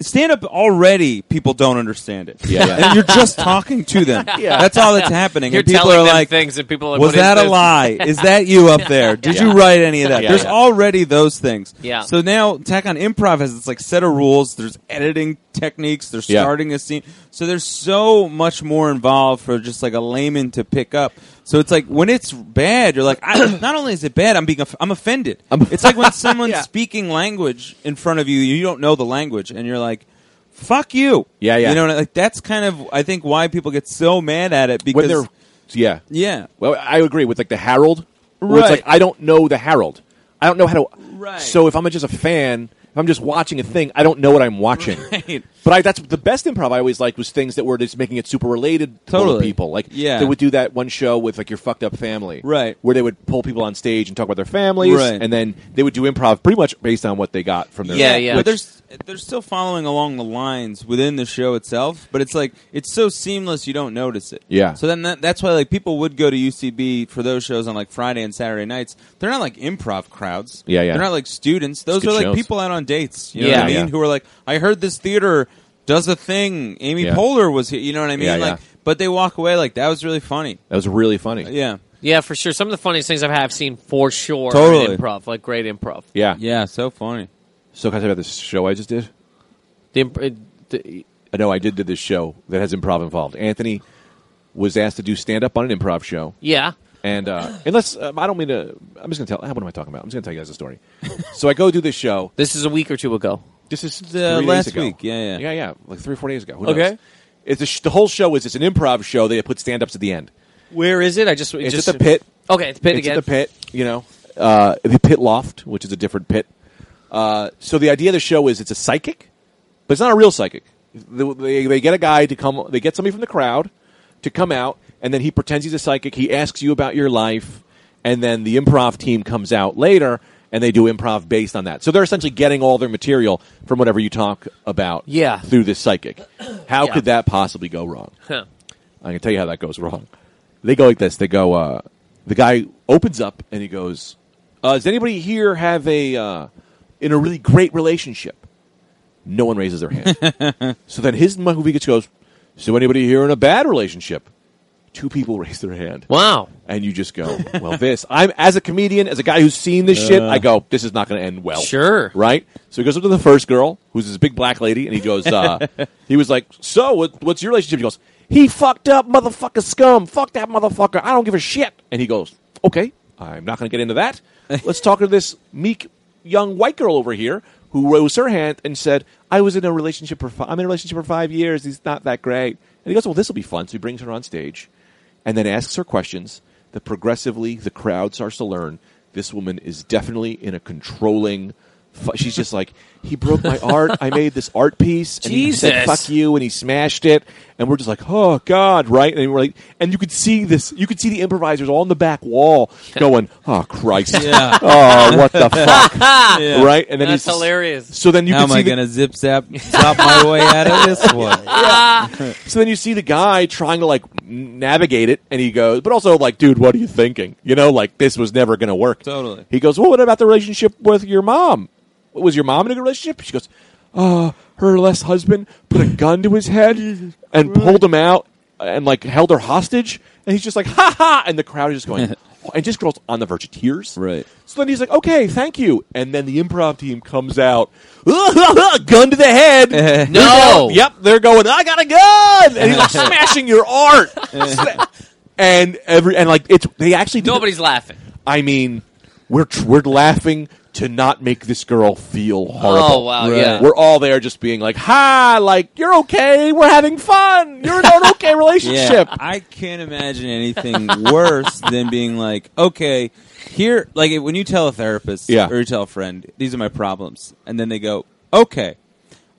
[SPEAKER 3] stand up already people don't understand it
[SPEAKER 1] Yeah, yeah.
[SPEAKER 3] and you're just talking to them
[SPEAKER 1] Yeah.
[SPEAKER 3] that's all that's happening
[SPEAKER 2] You're
[SPEAKER 3] and people
[SPEAKER 2] telling
[SPEAKER 3] are
[SPEAKER 2] them
[SPEAKER 3] like
[SPEAKER 2] things and people are
[SPEAKER 3] was
[SPEAKER 2] what is
[SPEAKER 3] that a
[SPEAKER 2] this?
[SPEAKER 3] lie is that you up there did
[SPEAKER 1] Yeah.
[SPEAKER 3] you write any of that
[SPEAKER 1] Yeah,
[SPEAKER 3] there's
[SPEAKER 1] yeah.
[SPEAKER 3] already those things
[SPEAKER 2] Yeah.
[SPEAKER 3] so now attack on improv has this like set of rules there's editing techniques there's
[SPEAKER 1] Yeah.
[SPEAKER 3] starting a scene so there's so much more involved for just like a layman to pick up so it's like when it's bad you're like I, not only is it bad i'm being off- i'm offended it's like when someone's
[SPEAKER 1] Yeah.
[SPEAKER 3] speaking language in front of you you don't know the language and you're like fuck you
[SPEAKER 1] Yeah, yeah.
[SPEAKER 3] you know like that's kind of i think why people get so mad at it
[SPEAKER 1] When
[SPEAKER 3] because
[SPEAKER 1] they're yeah,
[SPEAKER 3] yeah
[SPEAKER 1] Well, I agree with like the Herald. Where It's
[SPEAKER 3] Right.
[SPEAKER 1] like I don't know the Herald. I don't know how to.
[SPEAKER 3] Right.
[SPEAKER 1] So if I'm just a fan, if I'm just watching a thing, I don't know what I'm watching.
[SPEAKER 3] Right.
[SPEAKER 1] But I, that's the best improv I always liked was things that were just making it super related to
[SPEAKER 3] Totally.
[SPEAKER 1] people. Like
[SPEAKER 3] Yeah.
[SPEAKER 1] they would do that one show with like your fucked up family,
[SPEAKER 3] Right.
[SPEAKER 1] Where they would pull people on stage and talk about their families,
[SPEAKER 3] Right.
[SPEAKER 1] and then they would do improv pretty much based on what they got from their
[SPEAKER 2] Yeah, yeah.
[SPEAKER 3] But there's they're still following along the lines within the show itself, but it's like it's so seamless you don't notice it.
[SPEAKER 1] Yeah.
[SPEAKER 3] So then that, that's why like people would go to UCB for those shows on like Friday and Saturday nights. They're not like improv crowds.
[SPEAKER 1] Yeah, yeah.
[SPEAKER 3] They're not like students. Those
[SPEAKER 1] good
[SPEAKER 3] are like
[SPEAKER 1] shows.
[SPEAKER 3] people out on dates. You know
[SPEAKER 2] Yeah.
[SPEAKER 3] what I mean?
[SPEAKER 1] Yeah.
[SPEAKER 3] Who are like, I heard this theater does a thing. Amy
[SPEAKER 1] Yeah.
[SPEAKER 3] Poehler was here. You know what I mean?
[SPEAKER 1] Yeah, yeah.
[SPEAKER 3] like, but they walk away like that was really funny.
[SPEAKER 1] That was really funny.
[SPEAKER 3] Yeah.
[SPEAKER 2] Yeah, for sure. Some of the funniest things I've have seen for sure are in
[SPEAKER 3] Totally.
[SPEAKER 2] improv, like great improv.
[SPEAKER 1] yeah,
[SPEAKER 3] Yeah. So funny.
[SPEAKER 1] So can I tell you about this show I just did?
[SPEAKER 2] The, imp- it- the-
[SPEAKER 1] I know I did do this show that has improv involved. Anthony was asked to do stand up on an improv show.
[SPEAKER 2] yeah.
[SPEAKER 1] And uh, unless um, I don't mean to, I'm just gonna tell. ah, What am I talking about? I'm just gonna tell you guys a story. so I go do this show.
[SPEAKER 2] This is a week or two ago.
[SPEAKER 1] This is three
[SPEAKER 3] The
[SPEAKER 1] days
[SPEAKER 3] last
[SPEAKER 1] ago.
[SPEAKER 3] week, yeah, yeah.
[SPEAKER 1] yeah, yeah, like three or four days ago. Who
[SPEAKER 2] Okay.
[SPEAKER 1] knows? It's a sh- the whole show is it's an improv show. They put stand ups at the end.
[SPEAKER 2] Where is it? I just
[SPEAKER 1] It's
[SPEAKER 2] just
[SPEAKER 1] at the pit.
[SPEAKER 2] Okay, it's pit
[SPEAKER 1] it's
[SPEAKER 2] again.
[SPEAKER 1] at the pit. You know, uh, the pit loft, which is a different pit. Uh, so the idea of the show is it's a psychic, but it's not a real psychic. They, they, they get a guy to come. They get somebody from the crowd to come out, and then he pretends he's a psychic. He asks you about your life, and then the improv team comes out later. And they do improv based on that, so they're essentially getting all their material from whatever you talk about,
[SPEAKER 2] Yeah.
[SPEAKER 1] through this psychic. How
[SPEAKER 2] Yeah.
[SPEAKER 1] could that possibly go wrong?
[SPEAKER 2] Huh.
[SPEAKER 1] I can tell you how that goes wrong. They go like this. They go. Uh, the guy opens up and he goes, uh, "Does anybody here have a uh, in a really great relationship?" No one raises their hand. so then his Michael Vikovich goes, "So anybody here in a bad relationship?" Two people raise their hand,
[SPEAKER 2] Wow.
[SPEAKER 1] and you just go, "Well, this." I'm as a comedian, as a guy who's seen this shit, I go, "This is not going to end well."
[SPEAKER 2] Sure.
[SPEAKER 1] right? So he goes up to the first girl, who's this big black lady, and he goes, uh, he was like, "So what, what's your relationship?" She goes, "He fucked up, motherfucker, scum. Fuck that motherfucker. I don't give a shit." And he goes, "Okay, I'm not going to get into that. Let's talk to this meek young white girl over here." Who rose her hand and said, "I was in a relationship for fi- I'm in a relationship for five years. He's not that great." And he goes, "Well, this will be fun." So he brings her on stage, and then asks her questions that progressively the crowd starts to learn this woman is definitely in a controlling fu- she's just like he broke my art i made this art piece and he said
[SPEAKER 2] Jesus.
[SPEAKER 1] fuck you and he smashed it and we're just like oh god right and we're like and you could see this you could see the improvisers all on the back wall going oh christ
[SPEAKER 3] Yeah.
[SPEAKER 1] oh what the fuck right and then
[SPEAKER 2] That's
[SPEAKER 1] he's
[SPEAKER 2] hilarious.
[SPEAKER 1] so then you
[SPEAKER 3] How
[SPEAKER 1] can
[SPEAKER 3] am
[SPEAKER 1] see
[SPEAKER 3] I
[SPEAKER 1] the-
[SPEAKER 3] gonna zip zap stop my way out of this one?
[SPEAKER 1] So then you see the guy trying to like n- navigate it, and he goes, but also like, dude, what are you thinking? You know, like this was never going to work.
[SPEAKER 3] Totally.
[SPEAKER 1] He goes, well, what about the relationship with your mom? Was your mom in a good relationship? She goes, uh, her last husband put a gun to his head and pulled him out and like held her hostage, and he's just like, ha ha, and the crowd is just going. oh, And just girls on the verge of tears.
[SPEAKER 3] Right.
[SPEAKER 1] So then he's like, "Okay, thank you." And then the improv team comes out, gun to the head.
[SPEAKER 2] No.
[SPEAKER 1] He's out. Yep, they're going. I got a gun, and he's like smashing your art. Sma- and every and like it's they actually did it-
[SPEAKER 2] Nobody's laughing.
[SPEAKER 1] I mean, we're tr- we're laughing to not make this girl feel horrible.
[SPEAKER 2] Oh, wow, Right. yeah.
[SPEAKER 1] We're all there just being like, "Ha!" Like you're okay. We're having fun. You're in an okay relationship.
[SPEAKER 3] Yeah, I can't imagine anything worse than being like, okay, here, like when you tell a therapist
[SPEAKER 1] Yeah.
[SPEAKER 3] or you tell a friend, these are my problems, and then they go, okay,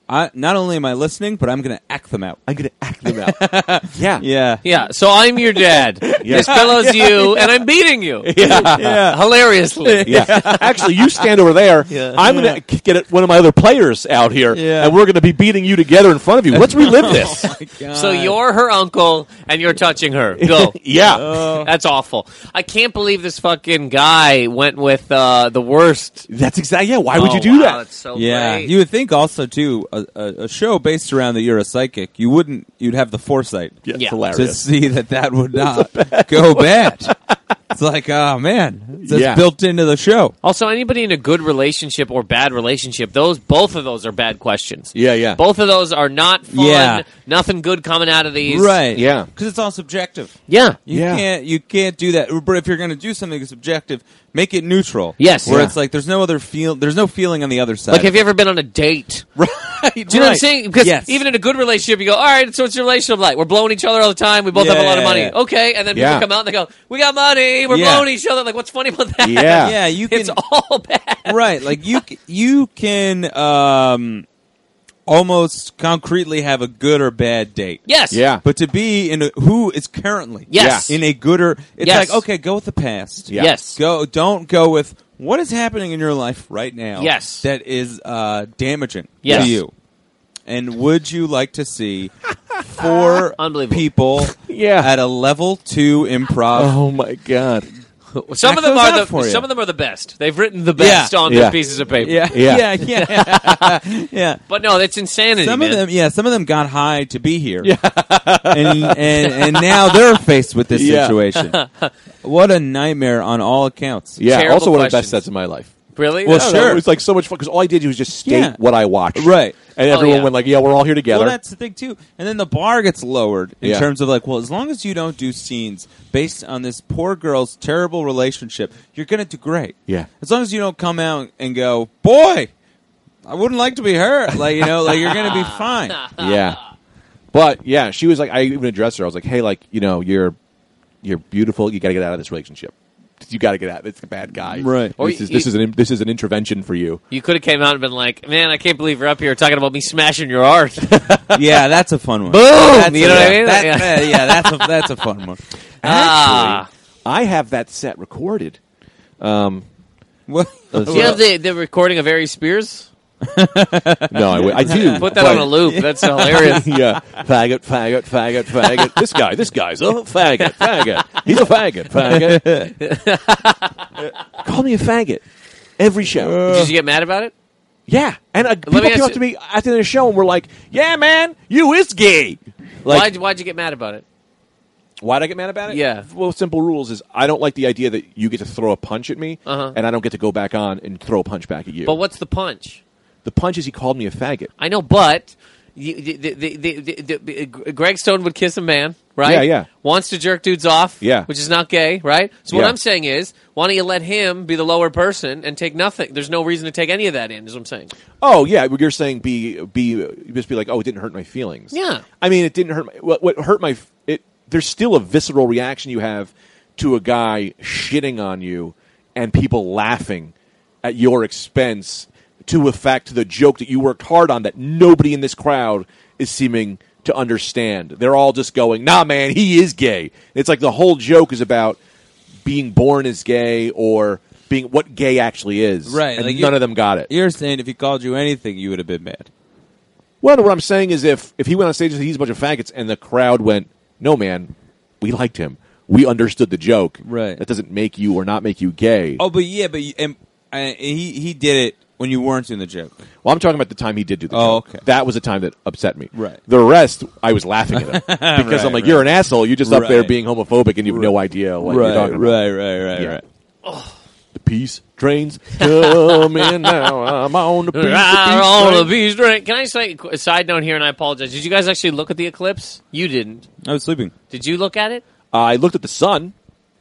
[SPEAKER 3] I, not only am I listening, but I'm going to act them out.
[SPEAKER 1] I'm gonna act them out. yeah.
[SPEAKER 3] Yeah,
[SPEAKER 2] Yeah. So I'm your dad. This fellow's you, and I'm beating you.
[SPEAKER 3] yeah.
[SPEAKER 2] Hilariously.
[SPEAKER 1] Yeah. Actually, you stand over there. I'm going to get one of my other players out here,
[SPEAKER 3] Yeah.
[SPEAKER 1] and we're going to be beating you together in front of you. Let's
[SPEAKER 3] Oh
[SPEAKER 1] relive this.
[SPEAKER 2] So you're her uncle, and you're touching her. Go.
[SPEAKER 1] yeah.
[SPEAKER 2] That's awful. I can't believe this fucking guy went with uh, the worst.
[SPEAKER 1] that's exactly. Yeah. Why would
[SPEAKER 2] Oh,
[SPEAKER 1] you do
[SPEAKER 2] wow,
[SPEAKER 1] that?
[SPEAKER 2] That's so
[SPEAKER 3] Yeah,
[SPEAKER 2] great.
[SPEAKER 3] you would think also too a, a, a show based around that you're a psychic. You wouldn't. You'd have the foresight
[SPEAKER 1] Yeah, it's
[SPEAKER 2] Yeah.
[SPEAKER 3] to
[SPEAKER 1] hilarious.
[SPEAKER 3] see that that would not go bad. It's like, oh man, that's
[SPEAKER 1] Yeah.
[SPEAKER 3] built into the show.
[SPEAKER 2] also, anybody in a good relationship or bad relationship, those both of those are bad questions.
[SPEAKER 1] Yeah, yeah.
[SPEAKER 2] Both of those are not fun.
[SPEAKER 3] Yeah.
[SPEAKER 2] Nothing good coming out of these.
[SPEAKER 3] right?
[SPEAKER 1] Yeah.
[SPEAKER 3] because it's all subjective.
[SPEAKER 2] Yeah.
[SPEAKER 3] You
[SPEAKER 1] Yeah.
[SPEAKER 3] can't you can't do that. But if you're going to do something subjective, make it neutral.
[SPEAKER 2] Yes.
[SPEAKER 3] where
[SPEAKER 2] Yeah.
[SPEAKER 3] it's like there's no other feel. There's no feeling on the other side.
[SPEAKER 2] Like, have you ever been on a date?
[SPEAKER 3] right?
[SPEAKER 2] Do you know what I'm saying? Because
[SPEAKER 3] Yes.
[SPEAKER 2] even in a good relationship, you go, all right, so what's your relationship like? We're blowing each other all the time. We both have a lot of
[SPEAKER 3] Yeah.
[SPEAKER 2] money. Okay. And then
[SPEAKER 1] Yeah.
[SPEAKER 2] people come out and they go, we got money. We're
[SPEAKER 3] Yeah.
[SPEAKER 2] blowing each other. Like, what's funny about that?
[SPEAKER 1] Yeah.
[SPEAKER 3] yeah, you can.
[SPEAKER 2] It's all bad.
[SPEAKER 3] right, like you c- you can um, almost concretely have a good or bad date.
[SPEAKER 2] Yes.
[SPEAKER 1] Yeah.
[SPEAKER 3] But to be in a, who is currently
[SPEAKER 2] Yes.
[SPEAKER 3] in a good or it's
[SPEAKER 2] Yes.
[SPEAKER 3] like okay, go with the past.
[SPEAKER 1] Yeah.
[SPEAKER 2] Yes.
[SPEAKER 3] Go don't go with what is happening in your life right now
[SPEAKER 2] Yes.
[SPEAKER 3] that is uh, damaging
[SPEAKER 2] Yes.
[SPEAKER 3] to you. And would you like to see four
[SPEAKER 2] Unbelievable.
[SPEAKER 3] people
[SPEAKER 1] Yeah.
[SPEAKER 3] at a level 2 improv?
[SPEAKER 1] Oh my god.
[SPEAKER 2] Some of them
[SPEAKER 3] That goes
[SPEAKER 2] are
[SPEAKER 3] out
[SPEAKER 2] the
[SPEAKER 3] for you.
[SPEAKER 2] some of them are the best. They've written the best on
[SPEAKER 1] Yeah.
[SPEAKER 2] their pieces of paper.
[SPEAKER 3] Yeah.
[SPEAKER 1] Yeah.
[SPEAKER 3] Yeah. Yeah. yeah.
[SPEAKER 2] But no, that's insanity.
[SPEAKER 3] Some
[SPEAKER 2] man.
[SPEAKER 3] of them, yeah, some of them got high to be here, and, and and now they're faced with this
[SPEAKER 1] Yeah.
[SPEAKER 3] situation. What a nightmare on all accounts.
[SPEAKER 1] Yeah.
[SPEAKER 2] Terrible
[SPEAKER 1] also, one of the best
[SPEAKER 2] questions.
[SPEAKER 1] sets in my life.
[SPEAKER 2] really?
[SPEAKER 3] Well,
[SPEAKER 1] I don't
[SPEAKER 3] sure.
[SPEAKER 1] know, it was like so much fun because all I did was just state
[SPEAKER 3] Yeah.
[SPEAKER 1] what I watched.
[SPEAKER 3] Right.
[SPEAKER 1] And everyone
[SPEAKER 2] yeah.
[SPEAKER 1] went like, "Yeah, we're all here together."
[SPEAKER 3] Well, that's the thing too. And then the bar gets lowered in
[SPEAKER 1] Yeah.
[SPEAKER 3] terms of like, well, as long as you don't do scenes based on this poor girl's terrible relationship, you're gonna do great.
[SPEAKER 1] Yeah.
[SPEAKER 3] As long as you don't come out and go, boy, I wouldn't like to be her. Like you know, like you're gonna be fine.
[SPEAKER 1] yeah. But yeah, she was like, I even addressed her. I was like, hey, like you know, you're you're beautiful. You got to get out of this relationship. You got to get out. It's a bad guy.
[SPEAKER 3] Right.
[SPEAKER 2] Or
[SPEAKER 1] This is
[SPEAKER 2] you-
[SPEAKER 1] this is an this is an intervention for you.
[SPEAKER 2] You could have came out and been like, "Man, I can't believe you're up here talking about me smashing your art." Boom!
[SPEAKER 3] yeah, that's a fun one.
[SPEAKER 2] you know
[SPEAKER 3] That's a-
[SPEAKER 2] what I mean?
[SPEAKER 3] that-
[SPEAKER 2] yeah.
[SPEAKER 3] yeah. Uh, yeah, that's a, that's a fun one.
[SPEAKER 2] Ah.
[SPEAKER 1] I have that set recorded.
[SPEAKER 3] What?
[SPEAKER 1] Let's
[SPEAKER 2] Do you have the, the recording of Ari Spears?
[SPEAKER 1] No, I, w- I do.
[SPEAKER 2] Put that
[SPEAKER 1] but-
[SPEAKER 2] on a loop. That's hilarious.
[SPEAKER 1] yeah, faggot, faggot, faggot, faggot. This guy, this guy's a faggot, faggot. He's a faggot, faggot. Call me a faggot every show.
[SPEAKER 2] Did you get mad about it?
[SPEAKER 1] Yeah, and uh, people
[SPEAKER 2] Uh. me
[SPEAKER 1] came
[SPEAKER 2] ask
[SPEAKER 1] up
[SPEAKER 2] you-
[SPEAKER 1] to me after the show and were like, "Yeah, man, you is gay." Like,
[SPEAKER 2] why'd, why'd you get mad about it?
[SPEAKER 1] Why'd I get mad about it?
[SPEAKER 2] Yeah.
[SPEAKER 1] Well, simple rules is I don't like the idea that you get to throw a punch at me,
[SPEAKER 2] Uh-huh.
[SPEAKER 1] and I don't get to go back on and throw a punch back at you.
[SPEAKER 2] But what's the punch?
[SPEAKER 1] the punch is he called me a faggot.
[SPEAKER 2] I know, but you, the, the, the, the, the, uh, Greg Stone would kiss a man, right?
[SPEAKER 1] Yeah, yeah.
[SPEAKER 2] Wants to jerk dudes off,
[SPEAKER 1] Yeah.
[SPEAKER 2] which is not gay, right? So what
[SPEAKER 1] Yeah.
[SPEAKER 2] I'm saying is, why don't you let him be the lower person and take nothing? There's no reason to take any of that in. Is what I'm saying.
[SPEAKER 1] Oh yeah, but you're saying be be you just be like, oh, it didn't hurt my feelings.
[SPEAKER 2] Yeah.
[SPEAKER 1] I mean, it didn't hurt. My, what, what hurt my f- it? There's still a visceral reaction you have to a guy shitting on you and people laughing at your expense to affect the joke that you worked hard on that nobody in this crowd is seeming to understand. They're all just going, nah, man, he is gay. It's like the whole joke is about being born as gay or being what gay actually is.
[SPEAKER 3] Right,
[SPEAKER 1] And
[SPEAKER 3] like you-
[SPEAKER 1] none of them got it.
[SPEAKER 3] You're saying if he called you anything, you would have been mad.
[SPEAKER 1] Well, no, what I'm saying is, if if he went on stage and said he's a bunch of faggots, and the crowd went, "No, man, we liked him. We understood the joke.
[SPEAKER 3] Right.
[SPEAKER 1] That doesn't make you or not make you gay.
[SPEAKER 3] Oh, but yeah, but you, and, and he he did it when you weren't doing the joke.
[SPEAKER 1] Well, I'm talking about the time he did do the
[SPEAKER 3] Oh,
[SPEAKER 1] joke.
[SPEAKER 3] okay.
[SPEAKER 1] That was the time that upset me.
[SPEAKER 3] Right.
[SPEAKER 1] The rest, I was laughing at him because I'm
[SPEAKER 3] Right,
[SPEAKER 1] like,
[SPEAKER 3] right.
[SPEAKER 1] "You're an asshole. You're just up there
[SPEAKER 3] Right.
[SPEAKER 1] being homophobic, and you have no idea what you're talking about."
[SPEAKER 3] right, right, right,
[SPEAKER 1] Yeah. The peace trains coming now. I'm on the peace. the
[SPEAKER 3] Ah,
[SPEAKER 1] peace
[SPEAKER 2] Ah, All the
[SPEAKER 1] train.
[SPEAKER 2] bees drink. Can I just say a qu- side note here? And I apologize. Did you guys actually look at the eclipse? You didn't.
[SPEAKER 3] I was sleeping.
[SPEAKER 2] Did you look at it?
[SPEAKER 1] I looked at the sun.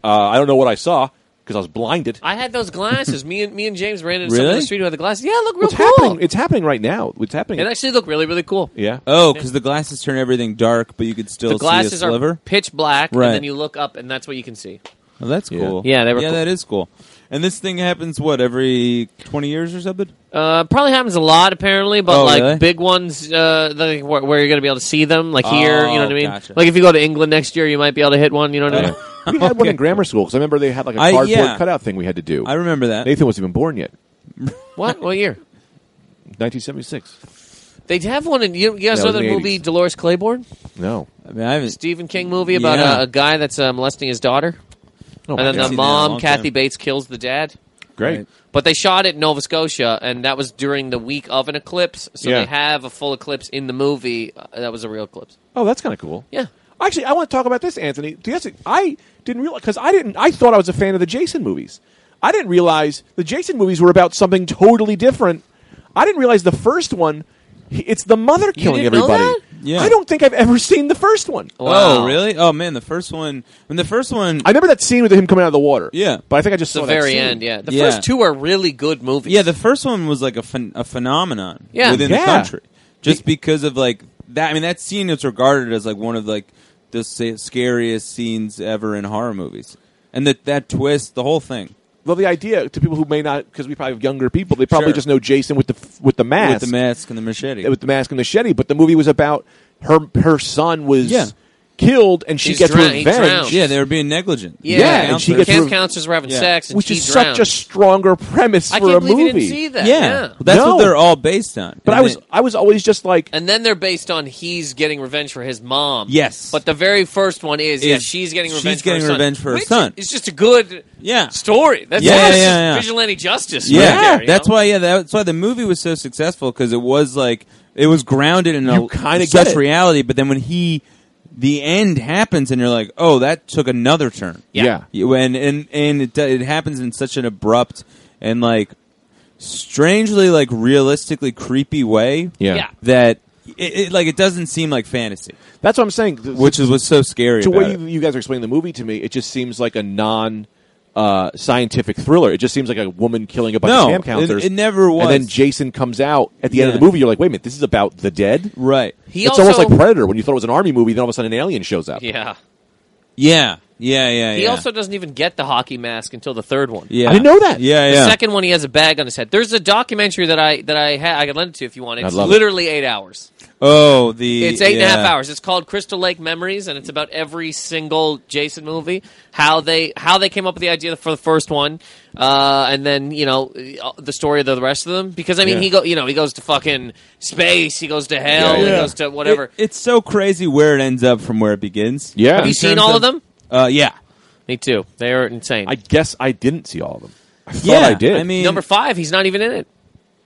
[SPEAKER 1] Uh, I don't know what I saw because I was blinded.
[SPEAKER 2] I had those glasses. me and me and James ran into someone in
[SPEAKER 3] Really?
[SPEAKER 2] the street who had the glasses. Yeah, it looked real
[SPEAKER 1] What's
[SPEAKER 2] cool.
[SPEAKER 1] happening? It's happening right now. It's happening.
[SPEAKER 2] It actually looked really, really cool.
[SPEAKER 1] yeah.
[SPEAKER 3] Oh, because the glasses turn everything dark, but you could still
[SPEAKER 2] The glasses
[SPEAKER 3] see a
[SPEAKER 2] are
[SPEAKER 3] sliver.
[SPEAKER 2] pitch black,
[SPEAKER 3] Right.
[SPEAKER 2] and then you look up, and that's what you can see.
[SPEAKER 3] Oh, that's
[SPEAKER 1] Yeah.
[SPEAKER 3] cool.
[SPEAKER 2] Yeah, they were
[SPEAKER 3] yeah,
[SPEAKER 2] cool.
[SPEAKER 3] that is cool. And this thing happens what every twenty years or something.
[SPEAKER 2] Uh, probably happens a lot, apparently, but
[SPEAKER 3] Oh,
[SPEAKER 2] like
[SPEAKER 3] really?
[SPEAKER 2] big ones, uh, like, where, where you're going to be able to see them, like here, you know what I
[SPEAKER 3] Oh,
[SPEAKER 2] mean?
[SPEAKER 3] gotcha. Oh,
[SPEAKER 2] Like if you go to England next year, you might be able to hit one, you know what I mean?
[SPEAKER 1] we had one in grammar school because I remember they had like a
[SPEAKER 3] I-
[SPEAKER 1] cardboard
[SPEAKER 3] yeah.
[SPEAKER 1] cutout thing we had to do.
[SPEAKER 3] I remember that.
[SPEAKER 1] Nathan wasn't even born yet.
[SPEAKER 2] What? What year?
[SPEAKER 1] 1976.
[SPEAKER 2] They'd have one in, you, you guys
[SPEAKER 1] That
[SPEAKER 2] know
[SPEAKER 1] was
[SPEAKER 2] that
[SPEAKER 1] in the
[SPEAKER 2] movie
[SPEAKER 1] 80s.
[SPEAKER 2] Dolores Claiborne?
[SPEAKER 1] No.
[SPEAKER 3] I mean, I haven't.
[SPEAKER 2] Stephen King movie about
[SPEAKER 3] Yeah.
[SPEAKER 2] a, a guy that's uh, molesting his daughter.
[SPEAKER 1] Oh, my
[SPEAKER 2] and
[SPEAKER 1] God.
[SPEAKER 2] then
[SPEAKER 3] haven't
[SPEAKER 2] the
[SPEAKER 3] seen that in a
[SPEAKER 2] mom,
[SPEAKER 3] long
[SPEAKER 2] Kathy
[SPEAKER 3] time.
[SPEAKER 2] Bates, kills the dad.
[SPEAKER 1] Great.
[SPEAKER 3] Right.
[SPEAKER 2] But they shot it in Nova Scotia, and that was during the week of an eclipse, so
[SPEAKER 1] Yeah.
[SPEAKER 2] they have a full eclipse in the movie. Uh, that was a real eclipse.
[SPEAKER 1] Oh, that's kind of cool.
[SPEAKER 2] Yeah.
[SPEAKER 1] Actually, I want to talk about this, Anthony. Do you guys- I didn't realize because I didn't. I thought I was a fan of the Jason movies. I didn't realize the Jason movies were about something totally different. I didn't realize the first one. he- It's the mother killing
[SPEAKER 2] didn't know
[SPEAKER 1] everybody.
[SPEAKER 2] that?
[SPEAKER 3] Yeah.
[SPEAKER 1] I don't think I've ever seen the first one.
[SPEAKER 2] Wow.
[SPEAKER 3] Oh, really? Oh man, the first one. When the first one.
[SPEAKER 1] I remember that scene with him coming out of the water.
[SPEAKER 3] Yeah.
[SPEAKER 1] but I think I just
[SPEAKER 2] the
[SPEAKER 1] saw that
[SPEAKER 2] very
[SPEAKER 1] scene.
[SPEAKER 2] end. Yeah, the
[SPEAKER 3] Yeah.
[SPEAKER 2] first two are really good movies.
[SPEAKER 3] yeah, the first one was like a, phen- a phenomenon
[SPEAKER 2] Yeah.
[SPEAKER 3] within
[SPEAKER 1] Yeah.
[SPEAKER 3] the country, just because of like that. I mean, that scene is regarded as like one of like the sa- scariest scenes ever in horror movies, and that that twist, the whole thing.
[SPEAKER 1] Well, the idea to people who may not, because we probably have younger people, they probably
[SPEAKER 3] Sure.
[SPEAKER 1] just know Jason with the f- with the mask,
[SPEAKER 3] With the mask and the machete.
[SPEAKER 1] with the mask and machete. But the movie was about her her son was
[SPEAKER 3] Yeah.
[SPEAKER 1] killed, and she
[SPEAKER 2] He's
[SPEAKER 1] gets
[SPEAKER 2] drowned- he
[SPEAKER 1] revenge,
[SPEAKER 2] drowned.
[SPEAKER 3] yeah, they were being negligent.
[SPEAKER 2] yeah.
[SPEAKER 1] yeah,
[SPEAKER 2] Camp
[SPEAKER 1] and she
[SPEAKER 3] counselors.
[SPEAKER 1] gets
[SPEAKER 2] camp
[SPEAKER 1] re-
[SPEAKER 2] counselors were having
[SPEAKER 3] Yeah.
[SPEAKER 2] sex, and
[SPEAKER 1] which
[SPEAKER 2] she
[SPEAKER 1] is
[SPEAKER 2] drowned.
[SPEAKER 1] such a stronger premise
[SPEAKER 2] I
[SPEAKER 1] for
[SPEAKER 2] can't
[SPEAKER 1] a
[SPEAKER 2] believe
[SPEAKER 1] movie.
[SPEAKER 2] you didn't see that.
[SPEAKER 3] Yeah,
[SPEAKER 2] Yeah.
[SPEAKER 3] that's
[SPEAKER 1] No.
[SPEAKER 3] what they're all based on.
[SPEAKER 1] But
[SPEAKER 3] And
[SPEAKER 1] I was
[SPEAKER 3] then-
[SPEAKER 1] I was always just like,
[SPEAKER 2] And then they're based on he's getting revenge for his mom.
[SPEAKER 3] Yes.
[SPEAKER 2] but the very first one is, yeah,
[SPEAKER 3] Is-
[SPEAKER 2] she's getting
[SPEAKER 3] she's
[SPEAKER 2] revenge. for
[SPEAKER 3] getting
[SPEAKER 2] her son,
[SPEAKER 3] revenge for her
[SPEAKER 2] which
[SPEAKER 3] son.
[SPEAKER 2] It's just a good
[SPEAKER 3] yeah,
[SPEAKER 2] story. That's
[SPEAKER 3] Yeah,
[SPEAKER 2] all. It's
[SPEAKER 3] yeah,
[SPEAKER 2] just
[SPEAKER 3] yeah.
[SPEAKER 2] vigilante justice.
[SPEAKER 3] yeah.
[SPEAKER 2] right there, you
[SPEAKER 3] that's
[SPEAKER 2] know?
[SPEAKER 3] why. Yeah, that's why the movie was so successful because it was like it was grounded in
[SPEAKER 1] You
[SPEAKER 3] a
[SPEAKER 1] kinda get
[SPEAKER 3] such
[SPEAKER 1] it.
[SPEAKER 3] reality. But then when he, the end happens, and you're like, oh, that took another turn.
[SPEAKER 2] Yeah.
[SPEAKER 1] yeah.
[SPEAKER 3] You- and and and it, do- it happens in such an abrupt and like strangely like realistically creepy way.
[SPEAKER 1] yeah,
[SPEAKER 2] Yeah.
[SPEAKER 3] that it, it like it doesn't seem like fantasy,
[SPEAKER 1] That's what I'm saying. The-
[SPEAKER 3] which is what's so scary.
[SPEAKER 1] the
[SPEAKER 3] about
[SPEAKER 1] way
[SPEAKER 3] it.
[SPEAKER 1] you, you guys are explaining the movie to me, it just seems like a non. Uh, scientific thriller. It just seems like a woman killing a bunch
[SPEAKER 3] No,
[SPEAKER 1] of camp
[SPEAKER 3] it-
[SPEAKER 1] counselers.
[SPEAKER 3] it never
[SPEAKER 1] And then
[SPEAKER 3] was.
[SPEAKER 1] Jason comes out at the end of
[SPEAKER 3] Yeah.
[SPEAKER 1] the movie. You're like, wait a minute, this is about the dead.
[SPEAKER 3] Right.
[SPEAKER 2] He
[SPEAKER 1] it's
[SPEAKER 2] also,
[SPEAKER 1] almost like Predator when you thought it was an army movie, then all of a sudden an alien shows up.
[SPEAKER 2] yeah.
[SPEAKER 3] Yeah. Yeah. Yeah.
[SPEAKER 2] He
[SPEAKER 3] yeah.
[SPEAKER 2] also doesn't even get the hockey mask until the third one.
[SPEAKER 3] Yeah.
[SPEAKER 1] I didn't know that.
[SPEAKER 3] Yeah.
[SPEAKER 2] The
[SPEAKER 3] Yeah.
[SPEAKER 2] second one, he has a bag on his head. There's a documentary that I that I ha- I could lend it to you if you want. It's
[SPEAKER 1] love it.
[SPEAKER 2] literally eight hours.
[SPEAKER 3] oh, the
[SPEAKER 2] It's eight and a half
[SPEAKER 3] yeah.
[SPEAKER 2] hours. It's called Crystal Lake Memories, and it's about every single Jason movie. How they how they came up with the idea for the first one, uh, and then you know uh, the story of the rest of them. Because I mean,
[SPEAKER 1] Yeah.
[SPEAKER 2] he go you know he goes to fucking space, he goes to hell,
[SPEAKER 1] Yeah,
[SPEAKER 2] he
[SPEAKER 1] yeah.
[SPEAKER 2] goes to whatever.
[SPEAKER 3] It- it's so crazy where it ends up from where it begins.
[SPEAKER 1] Yeah.
[SPEAKER 2] Have you
[SPEAKER 1] In
[SPEAKER 2] seen
[SPEAKER 3] terms
[SPEAKER 2] all of, them?
[SPEAKER 3] Uh, yeah.
[SPEAKER 2] Me too. They are insane.
[SPEAKER 1] I guess I didn't see all of them. I thought
[SPEAKER 3] yeah.
[SPEAKER 1] I did.
[SPEAKER 3] I mean,
[SPEAKER 2] Number five, he's not even in it.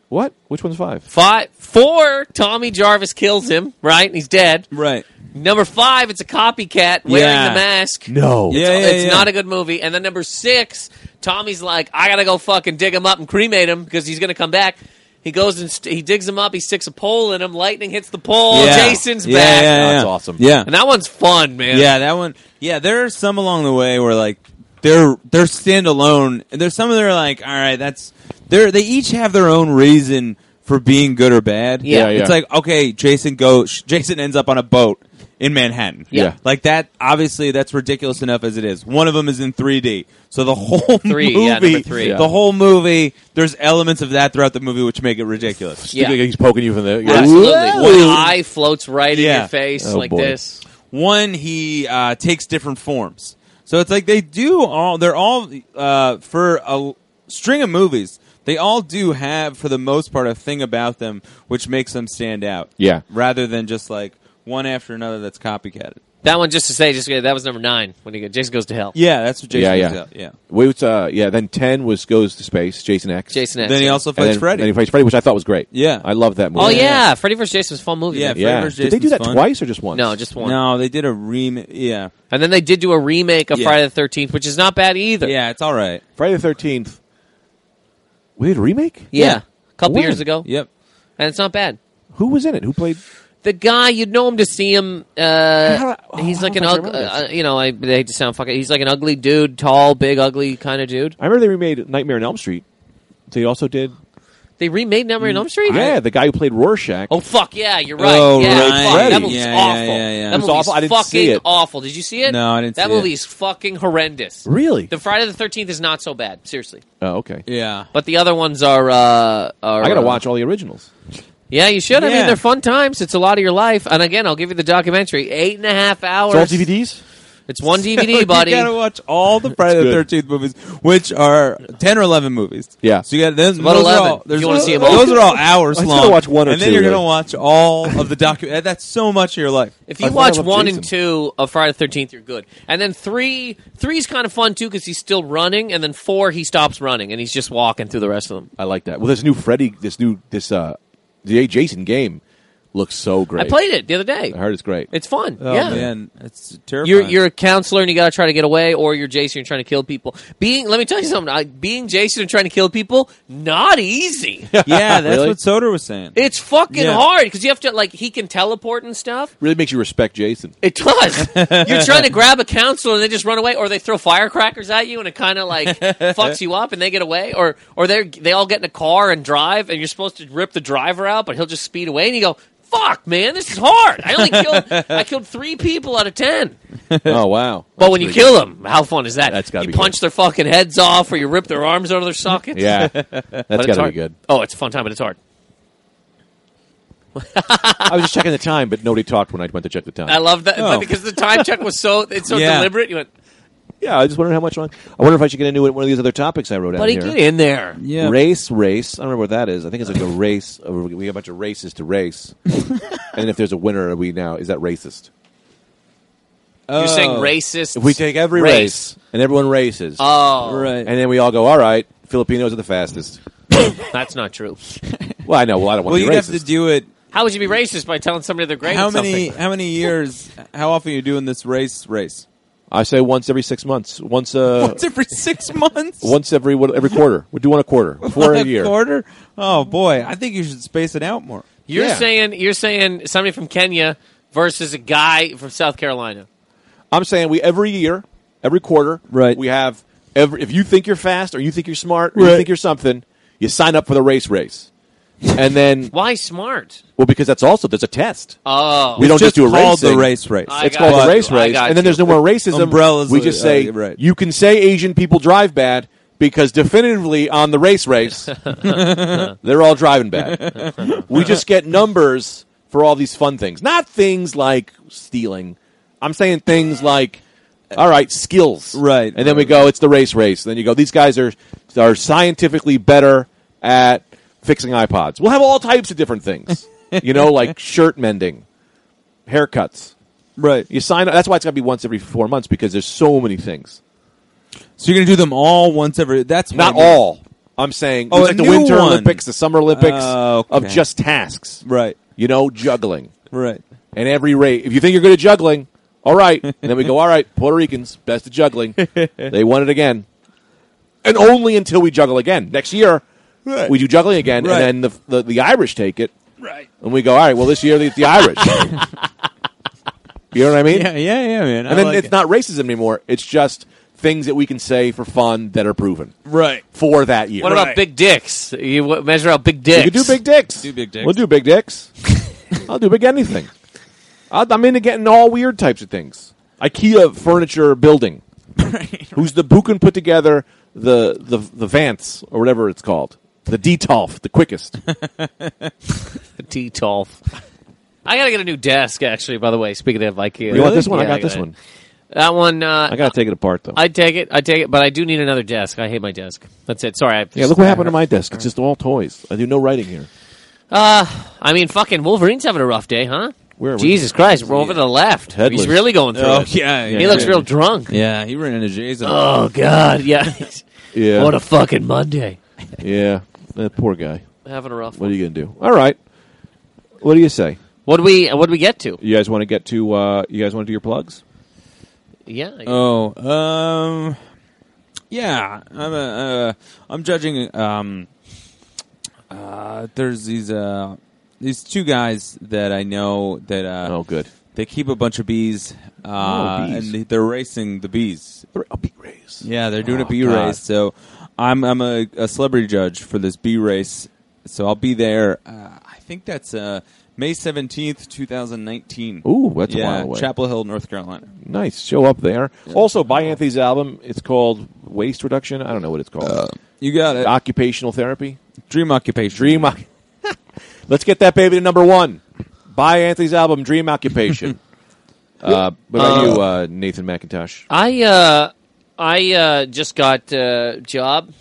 [SPEAKER 1] What? Which one's five?
[SPEAKER 2] Five, four. Tommy Jarvis kills him, right? And he's dead.
[SPEAKER 3] Right.
[SPEAKER 2] Number five, it's a copycat wearing
[SPEAKER 3] Yeah.
[SPEAKER 2] the mask.
[SPEAKER 1] No.
[SPEAKER 3] Yeah,
[SPEAKER 2] It's-
[SPEAKER 3] yeah,
[SPEAKER 2] it's
[SPEAKER 3] yeah.
[SPEAKER 2] not a good movie. And then number six, Tommy's like, I gotta go fucking dig him up and cremate him because he's gonna come back. He goes and st- he digs him up. He sticks a pole in him. Lightning hits the pole.
[SPEAKER 3] Yeah.
[SPEAKER 2] Oh, Jason's
[SPEAKER 3] Yeah,
[SPEAKER 2] back.
[SPEAKER 3] yeah,
[SPEAKER 1] That's
[SPEAKER 3] yeah.
[SPEAKER 1] awesome.
[SPEAKER 3] Yeah.
[SPEAKER 2] And that one's fun, man.
[SPEAKER 3] Yeah, that one. Yeah, there are some along the way where like they're they're standalone, and there's some that are like, all right, that's they're they each have their own reason for being good or bad.
[SPEAKER 2] Yeah. Yeah,
[SPEAKER 1] yeah.
[SPEAKER 3] it's like okay, Jason goes. Jason ends up on a boat in Manhattan.
[SPEAKER 2] Yeah.
[SPEAKER 1] Yeah.
[SPEAKER 3] like that. Obviously, that's ridiculous enough as it is. One of them is in 3D, so the whole
[SPEAKER 2] Three,
[SPEAKER 3] movie,
[SPEAKER 2] yeah, number three.
[SPEAKER 1] Yeah.
[SPEAKER 3] the whole movie, there's elements of that throughout the movie which make it ridiculous.
[SPEAKER 2] Yeah.
[SPEAKER 1] Like he's poking you from the. you're like,
[SPEAKER 2] Absolutely.
[SPEAKER 1] "Whoa."
[SPEAKER 2] One eye floats right in
[SPEAKER 3] Yeah.
[SPEAKER 2] your face
[SPEAKER 1] Oh,
[SPEAKER 2] like
[SPEAKER 1] boy.
[SPEAKER 2] this.
[SPEAKER 3] one he uh, takes different forms so it's like they do all they're all uh, for a l- string of movies they all do have for the most part a thing about them which makes them stand out
[SPEAKER 1] Yeah.
[SPEAKER 3] rather than just like one after another that's copycatted
[SPEAKER 2] That one, just to say, just that was number nine when he go, Jason goes to hell.
[SPEAKER 3] yeah that's what jason
[SPEAKER 1] yeah,
[SPEAKER 3] was
[SPEAKER 1] yeah,
[SPEAKER 3] out- yeah.
[SPEAKER 1] Wait, uh, yeah. Then ten was goes to space. Jason X.
[SPEAKER 2] Jason X.
[SPEAKER 3] then he also
[SPEAKER 1] And
[SPEAKER 3] fights
[SPEAKER 1] then,
[SPEAKER 3] freddy
[SPEAKER 1] Then he fights Freddy, which I thought was great.
[SPEAKER 3] Yeah.
[SPEAKER 1] I love that movie.
[SPEAKER 2] Oh yeah.
[SPEAKER 3] Yeah.
[SPEAKER 2] Freddy vs. Jason was a fun movie.
[SPEAKER 3] Yeah,
[SPEAKER 2] man.
[SPEAKER 1] yeah.
[SPEAKER 3] Freddy vs.
[SPEAKER 1] Did they do
[SPEAKER 3] Jason's
[SPEAKER 1] that
[SPEAKER 3] fun.
[SPEAKER 1] twice or just once?
[SPEAKER 2] No, just one.
[SPEAKER 3] no they did a remake yeah
[SPEAKER 2] And then they did do a remake of
[SPEAKER 3] Yeah.
[SPEAKER 2] Friday the Thirteenth, which is not bad either.
[SPEAKER 3] yeah it's all right
[SPEAKER 1] Friday the Thirteenth. We did a remake.
[SPEAKER 2] Yeah.
[SPEAKER 3] Yeah.
[SPEAKER 2] A couple
[SPEAKER 1] When?
[SPEAKER 2] years ago.
[SPEAKER 3] yep
[SPEAKER 2] And it's not bad.
[SPEAKER 1] Who was in it? Who played?
[SPEAKER 2] The guy, you'd know him to see him.
[SPEAKER 1] How
[SPEAKER 2] Uh,
[SPEAKER 1] do I- oh,
[SPEAKER 2] he's like
[SPEAKER 1] how
[SPEAKER 2] an
[SPEAKER 1] do I
[SPEAKER 2] ugly,
[SPEAKER 1] remember
[SPEAKER 2] uh,
[SPEAKER 1] this?
[SPEAKER 2] you know, I, they hate to sound fucking. He's like an ugly dude, tall, big, ugly kind of dude.
[SPEAKER 1] I remember they remade Nightmare on Elm Street. They also did.
[SPEAKER 2] They remade Nightmare on Elm Street.
[SPEAKER 1] Yeah, the guy who played Rorschach.
[SPEAKER 2] Oh fuck yeah, you're right.
[SPEAKER 3] Oh,
[SPEAKER 2] yeah,
[SPEAKER 3] right.
[SPEAKER 2] fuck, that
[SPEAKER 3] Freddy.
[SPEAKER 2] movie's
[SPEAKER 3] Yeah, yeah,
[SPEAKER 2] awful.
[SPEAKER 3] yeah, yeah.
[SPEAKER 2] That
[SPEAKER 1] It was
[SPEAKER 2] movie's
[SPEAKER 1] awful. I didn't
[SPEAKER 2] fucking
[SPEAKER 1] see it.
[SPEAKER 2] awful. Did you see it?
[SPEAKER 3] No, I didn't
[SPEAKER 2] That
[SPEAKER 3] see it.
[SPEAKER 2] movie is fucking horrendous.
[SPEAKER 1] really?
[SPEAKER 2] The Friday the Thirteenth is not so bad, seriously.
[SPEAKER 1] oh, okay.
[SPEAKER 3] yeah
[SPEAKER 2] But the other ones are. Uh, are
[SPEAKER 1] I gotta
[SPEAKER 2] uh,
[SPEAKER 1] watch all the originals.
[SPEAKER 2] Yeah, you should. I mean,
[SPEAKER 3] Yeah.
[SPEAKER 2] they're fun times. It's a lot of your life. And again, I'll give you the documentary. Eight and a half hours.
[SPEAKER 1] It's all DVDs.
[SPEAKER 2] It's one
[SPEAKER 3] you
[SPEAKER 2] DVD, buddy.
[SPEAKER 3] gotta watch all the Friday the
[SPEAKER 1] good.
[SPEAKER 3] Thirteenth movies, which are ten or eleven movies.
[SPEAKER 1] Yeah.
[SPEAKER 3] so you got those.
[SPEAKER 2] about
[SPEAKER 3] those
[SPEAKER 2] 11
[SPEAKER 3] Are all,
[SPEAKER 2] if
[SPEAKER 3] there's-
[SPEAKER 2] you wanna see 'em all.
[SPEAKER 3] those are all hours
[SPEAKER 1] I just
[SPEAKER 3] long.
[SPEAKER 1] gotta watch one or
[SPEAKER 3] and then
[SPEAKER 1] two,
[SPEAKER 3] you're
[SPEAKER 1] really.
[SPEAKER 3] gonna watch all of the document. That's so much of your life.
[SPEAKER 2] If you
[SPEAKER 1] I thought I
[SPEAKER 2] watch
[SPEAKER 1] loved
[SPEAKER 2] one
[SPEAKER 1] Jason.
[SPEAKER 2] and two of Friday the Thirteenth, you're good. And then three, three's kind of fun too because he's still running. And then four, he stops running and he's just walking through the rest of them.
[SPEAKER 1] I like that. Well, this new Freddy, this new this uh, the Jason game looks so great.
[SPEAKER 2] I played it the other day.
[SPEAKER 1] I heard it's great.
[SPEAKER 2] It's fun.
[SPEAKER 3] Oh
[SPEAKER 2] yeah.
[SPEAKER 3] man, it's terrifying.
[SPEAKER 2] You're, you're a counselor and you got to try to get away, or you're Jason and you're trying to kill people. Being, let me tell you something. I, being Jason and trying to kill people, not easy.
[SPEAKER 3] yeah, that's
[SPEAKER 1] Really?
[SPEAKER 3] what Soder was saying.
[SPEAKER 2] It's fucking
[SPEAKER 3] Yeah.
[SPEAKER 2] hard because you have to like he can teleport and stuff.
[SPEAKER 1] really makes you respect Jason.
[SPEAKER 2] It does. You're trying to grab a counselor and they just run away, or they throw firecrackers at you and it kind of like fucks you up and they get away, or or they they all get in a car and drive and you're supposed to rip the driver out, but he'll just speed away and you go, "Fuck, man, this is hard. I only killed I killed three people out of ten.
[SPEAKER 1] oh wow!
[SPEAKER 2] But when you kill them, how fun is that?
[SPEAKER 1] That's gotta
[SPEAKER 2] you
[SPEAKER 1] be
[SPEAKER 2] punch their fucking heads off or you rip their arms out of their sockets.
[SPEAKER 1] yeah, that's
[SPEAKER 2] But it's
[SPEAKER 1] gotta
[SPEAKER 2] hard.
[SPEAKER 1] be good.
[SPEAKER 2] Oh, it's a fun time, but it's hard.
[SPEAKER 1] I was just checking the time, but nobody talked when I went to check the time.
[SPEAKER 2] I love that
[SPEAKER 3] Oh.
[SPEAKER 2] because the time check was so it's so
[SPEAKER 3] Yeah.
[SPEAKER 2] deliberate. You went,
[SPEAKER 1] yeah, I just wondered how much long. I wonder if I should get into it- one of these other topics I wrote
[SPEAKER 2] buddy,
[SPEAKER 1] out here.
[SPEAKER 2] get in there.
[SPEAKER 3] yeah,
[SPEAKER 1] Race, race. I don't remember what that is. I think it's like a race. of- We got a bunch of races to race, and if there's a winner, are we now is that racist?
[SPEAKER 2] You're saying
[SPEAKER 3] Oh,
[SPEAKER 2] racist.
[SPEAKER 1] If we take every race, and everyone races,
[SPEAKER 3] Uh,
[SPEAKER 2] Oh,
[SPEAKER 3] right?
[SPEAKER 1] and then we all go, all right, Filipinos are the fastest.
[SPEAKER 2] that's not true.
[SPEAKER 1] Well, I know. Well, I don't
[SPEAKER 3] well,
[SPEAKER 1] want to
[SPEAKER 3] you
[SPEAKER 1] be
[SPEAKER 3] have
[SPEAKER 1] racist.
[SPEAKER 3] to do it.
[SPEAKER 2] How would you be racist by telling somebody they're great
[SPEAKER 3] How
[SPEAKER 2] at
[SPEAKER 3] many?
[SPEAKER 2] something?
[SPEAKER 3] How many years? How often are you doing this race? Race
[SPEAKER 1] I say once every six months. Once uh,
[SPEAKER 3] once every six months.
[SPEAKER 1] once every what, every quarter. We do one a quarter, four a year.
[SPEAKER 3] quarter. Oh boy, I think you should space it out more.
[SPEAKER 2] You're
[SPEAKER 1] Yeah.
[SPEAKER 2] saying you're saying somebody from Kenya versus a guy from South Carolina.
[SPEAKER 1] I'm saying we every year, every quarter,
[SPEAKER 3] Right.
[SPEAKER 1] We have every if you think you're fast or you think you're smart or you
[SPEAKER 3] Right.
[SPEAKER 1] think you're something, you sign up for the race race, and then
[SPEAKER 2] Why smart?
[SPEAKER 1] well because that's also there's a test.
[SPEAKER 2] Oh,
[SPEAKER 1] We don't
[SPEAKER 3] Uh, It's
[SPEAKER 1] just, do a
[SPEAKER 3] called
[SPEAKER 1] racing.
[SPEAKER 3] the race race.
[SPEAKER 2] I
[SPEAKER 1] It's
[SPEAKER 2] got
[SPEAKER 1] called the
[SPEAKER 2] you.
[SPEAKER 1] race
[SPEAKER 2] I
[SPEAKER 1] race,
[SPEAKER 2] got
[SPEAKER 1] and then there's no more racism.
[SPEAKER 3] Umbrellas
[SPEAKER 1] we
[SPEAKER 3] are-
[SPEAKER 1] just
[SPEAKER 3] uh,
[SPEAKER 1] say
[SPEAKER 3] right.
[SPEAKER 1] you can say Asian people drive bad because definitively on the race race, they're all driving bad. we just get numbers for all these fun things, not things like stealing. I'm saying things like. All right, skills.
[SPEAKER 3] Right,
[SPEAKER 1] and then we
[SPEAKER 3] right,
[SPEAKER 1] go. It's the race, race. And then you go. These guys are are scientifically better at fixing iPods. We'll have all types of different things. you know, like shirt mending, haircuts.
[SPEAKER 3] right.
[SPEAKER 1] You sign up. That's why it's got to be once every four months because there's so many things.
[SPEAKER 3] So you're gonna do them all once every. That's what
[SPEAKER 1] Not
[SPEAKER 3] I mean.
[SPEAKER 1] all. I'm I'm saying
[SPEAKER 3] Oh,
[SPEAKER 1] it's
[SPEAKER 3] a
[SPEAKER 1] like the
[SPEAKER 3] new
[SPEAKER 1] Winter
[SPEAKER 3] one.
[SPEAKER 1] Olympics, the Summer Olympics
[SPEAKER 3] Oh, okay.
[SPEAKER 1] of just tasks.
[SPEAKER 3] Right.
[SPEAKER 1] You know, juggling.
[SPEAKER 3] Right.
[SPEAKER 1] and every rate. If you think you're good at juggling, all right. And then we go, all right, Puerto Ricans, best at juggling. they won it again. And only until we juggle again. Next year,
[SPEAKER 3] Right.
[SPEAKER 1] we do juggling again, and
[SPEAKER 3] Right.
[SPEAKER 1] then the, the, the Irish take it. Right. And we go, all right, well, this year it's the Irish. you know what I mean?
[SPEAKER 3] Yeah, yeah, yeah, man.
[SPEAKER 1] and then it's not racism anymore. It's just things that we can say for fun that are proven
[SPEAKER 3] right.
[SPEAKER 1] for that year.
[SPEAKER 2] What about big dicks? You w- measure out big
[SPEAKER 1] We
[SPEAKER 2] dicks.
[SPEAKER 1] could do big dicks.
[SPEAKER 3] Do big dicks.
[SPEAKER 1] We'll do big dicks. I'll do big anything. I'll, I'm into getting all weird types of things. IKEA furniture building. Who's the who can put together the the the Vance or whatever it's called? The Detolf, the quickest.
[SPEAKER 2] T-Tolf. I gotta get a new desk, actually. By the way, speaking of IKEA,
[SPEAKER 1] You want this one? I
[SPEAKER 2] Yeah,
[SPEAKER 1] got this
[SPEAKER 2] it.
[SPEAKER 1] one.
[SPEAKER 2] That one, uh,
[SPEAKER 1] I gotta take it apart though.
[SPEAKER 2] I take it. I take it, but I do need another desk. I hate my desk. That's it. Sorry. I,
[SPEAKER 1] yeah, look what happened to my desk. It's just all toys. I do no writing here.
[SPEAKER 2] I mean, fucking Wolverine's having a rough day, huh?
[SPEAKER 1] Where are we?
[SPEAKER 2] Jesus Christ, we're over to the left.
[SPEAKER 1] Headless.
[SPEAKER 2] He's really going through
[SPEAKER 3] Oh,
[SPEAKER 2] it.
[SPEAKER 3] yeah,
[SPEAKER 2] he
[SPEAKER 3] yeah,
[SPEAKER 2] looks
[SPEAKER 3] yeah.
[SPEAKER 2] real drunk.
[SPEAKER 3] Yeah, he ran into Jason.
[SPEAKER 2] Oh God, yeah.
[SPEAKER 1] Yeah,
[SPEAKER 2] What a fucking Monday.
[SPEAKER 1] yeah. That poor guy.
[SPEAKER 2] Having a rough.
[SPEAKER 1] What
[SPEAKER 2] What
[SPEAKER 1] are you gonna do? All right. What do you say?
[SPEAKER 2] what do we what do we get to?
[SPEAKER 1] You guys want to get to? Uh, you guys want to do your plugs?
[SPEAKER 2] Yeah.
[SPEAKER 1] Uh,
[SPEAKER 2] I-
[SPEAKER 3] Oh, um, yeah. I'm a, uh, I'm judging. Um, uh, there's these uh, these two guys that I know that uh,
[SPEAKER 1] Oh, good.
[SPEAKER 3] they keep a bunch of bees, uh,
[SPEAKER 1] Oh, bees.
[SPEAKER 3] and they- they're racing the bees.
[SPEAKER 1] I'll beat raise.
[SPEAKER 3] Yeah, they're doing
[SPEAKER 1] Oh,
[SPEAKER 3] a bee
[SPEAKER 1] God.
[SPEAKER 3] race. So I'm I'm a, a celebrity judge for this bee race. So I'll be there. Uh, I think that's uh, May seventeenth, two thousand nineteen.
[SPEAKER 1] Ooh, that's a
[SPEAKER 3] yeah,
[SPEAKER 1] while away.
[SPEAKER 3] Chapel Hill, North Carolina.
[SPEAKER 1] Nice. Show up there. Also, buy Anthony's album. It's called Waste Reduction. I don't know what it's called. Uh,
[SPEAKER 3] You got it.
[SPEAKER 1] Occupational therapy.
[SPEAKER 3] Dream occupation.
[SPEAKER 1] Dream. Oc- Let's get that baby to number one. Buy Anthony's album, Dream Occupation. uh, what about you, uh, Nathan McIntosh?
[SPEAKER 2] I uh, I uh, just got uh, job,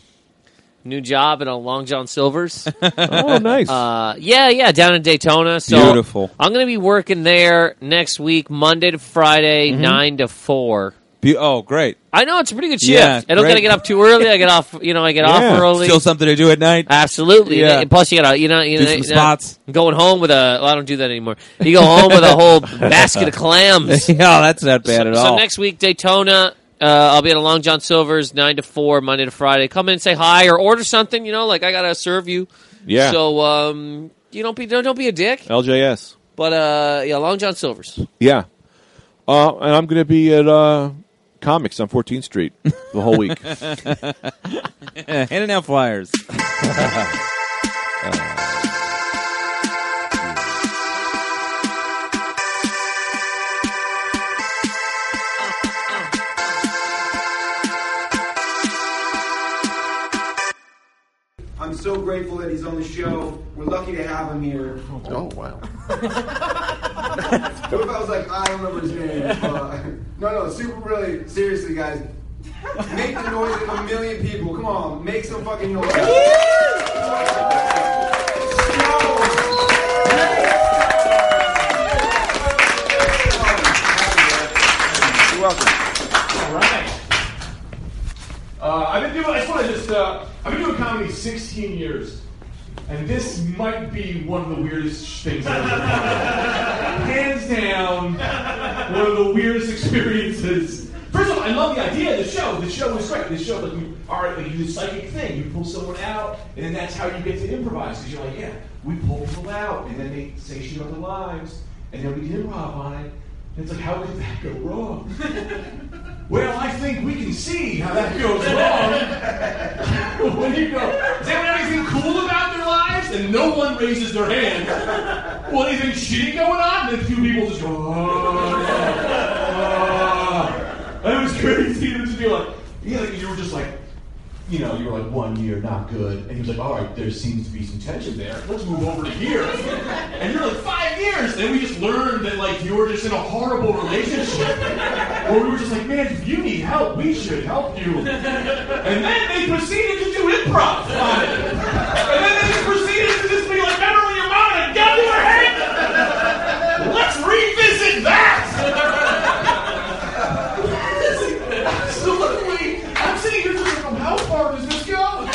[SPEAKER 2] new job at a Long John Silver's.
[SPEAKER 1] oh, nice.
[SPEAKER 2] Uh, yeah, yeah, down in Daytona. So
[SPEAKER 3] Beautiful.
[SPEAKER 2] I'm going to be working there next week, Monday to Friday,
[SPEAKER 1] Mm-hmm.
[SPEAKER 2] nine to four.
[SPEAKER 3] Be- oh, great.
[SPEAKER 2] I know it's a pretty good shift.
[SPEAKER 3] Yeah,
[SPEAKER 2] I don't got to
[SPEAKER 3] great.
[SPEAKER 2] get up too early. I get off, you know, I get
[SPEAKER 1] Yeah.
[SPEAKER 2] off early.
[SPEAKER 3] Still something to do at night.
[SPEAKER 2] Absolutely.
[SPEAKER 3] Yeah.
[SPEAKER 2] And plus, you got to, you know, you
[SPEAKER 3] Do
[SPEAKER 2] know,
[SPEAKER 3] some
[SPEAKER 2] you know,
[SPEAKER 3] spots.
[SPEAKER 2] Going home with a. Well, I don't do that anymore. You go home with a whole basket of clams.
[SPEAKER 3] yeah, that's not bad at
[SPEAKER 2] so
[SPEAKER 3] all.
[SPEAKER 2] next week, Daytona. Uh, I'll be at a Long John Silver's nine to four, Monday to Friday. Come in and say hi or order something. You know, like I gotta serve you.
[SPEAKER 1] Yeah.
[SPEAKER 2] So um, you don't be don't, don't be a dick.
[SPEAKER 1] LJS.
[SPEAKER 2] But uh, yeah, Long John Silver's.
[SPEAKER 1] Yeah. Uh, and I'm going to be at uh, Comics on 14th Street the whole week.
[SPEAKER 3] Yeah, handing out flyers.
[SPEAKER 4] I'm so grateful that he's on the show. We're lucky to have him here.
[SPEAKER 5] Oh wow!
[SPEAKER 4] What if I was like, I don't remember his name? Uh, no, no, super really, seriously, guys. Make the noise of a million people. Come on, make some fucking noise. Yo! You're welcome.
[SPEAKER 5] Uh, I've been doing. I just want to just. Uh, I've been doing comedy 16 years, and this might be one of the weirdest things I've ever done. Hands down, one of the weirdest experiences. First of all, I love the idea of the show. The show is great. The show, like you are, like you do the psychic thing. You pull someone out, and then that's how you get to improvise. Because you're like, yeah, we pull people out, and then they say shit about their lives, and then we can improv on it. And it's like, how could that go wrong? Well, I think we can see how that goes wrong. when you go, does anyone have anything cool about their lives? And no one raises their hand. Well, anything shitty going on? And then a few people just go, oh, oh. It was crazy to be like, yeah, like you were just like, you know, you were like one year not good, and he was like, all right, there seems to be some tension there. Let's move over to here. And you're like five years, and we just learned that like you were just in a horrible relationship, where we were just like, man, if you need help, we should help you. And then they proceeded to do improv on it, and then they just proceeded to just be like, better your mom and gun to her head. Let's revisit that. So literally, I'm sitting here just like, how far does this go? I'm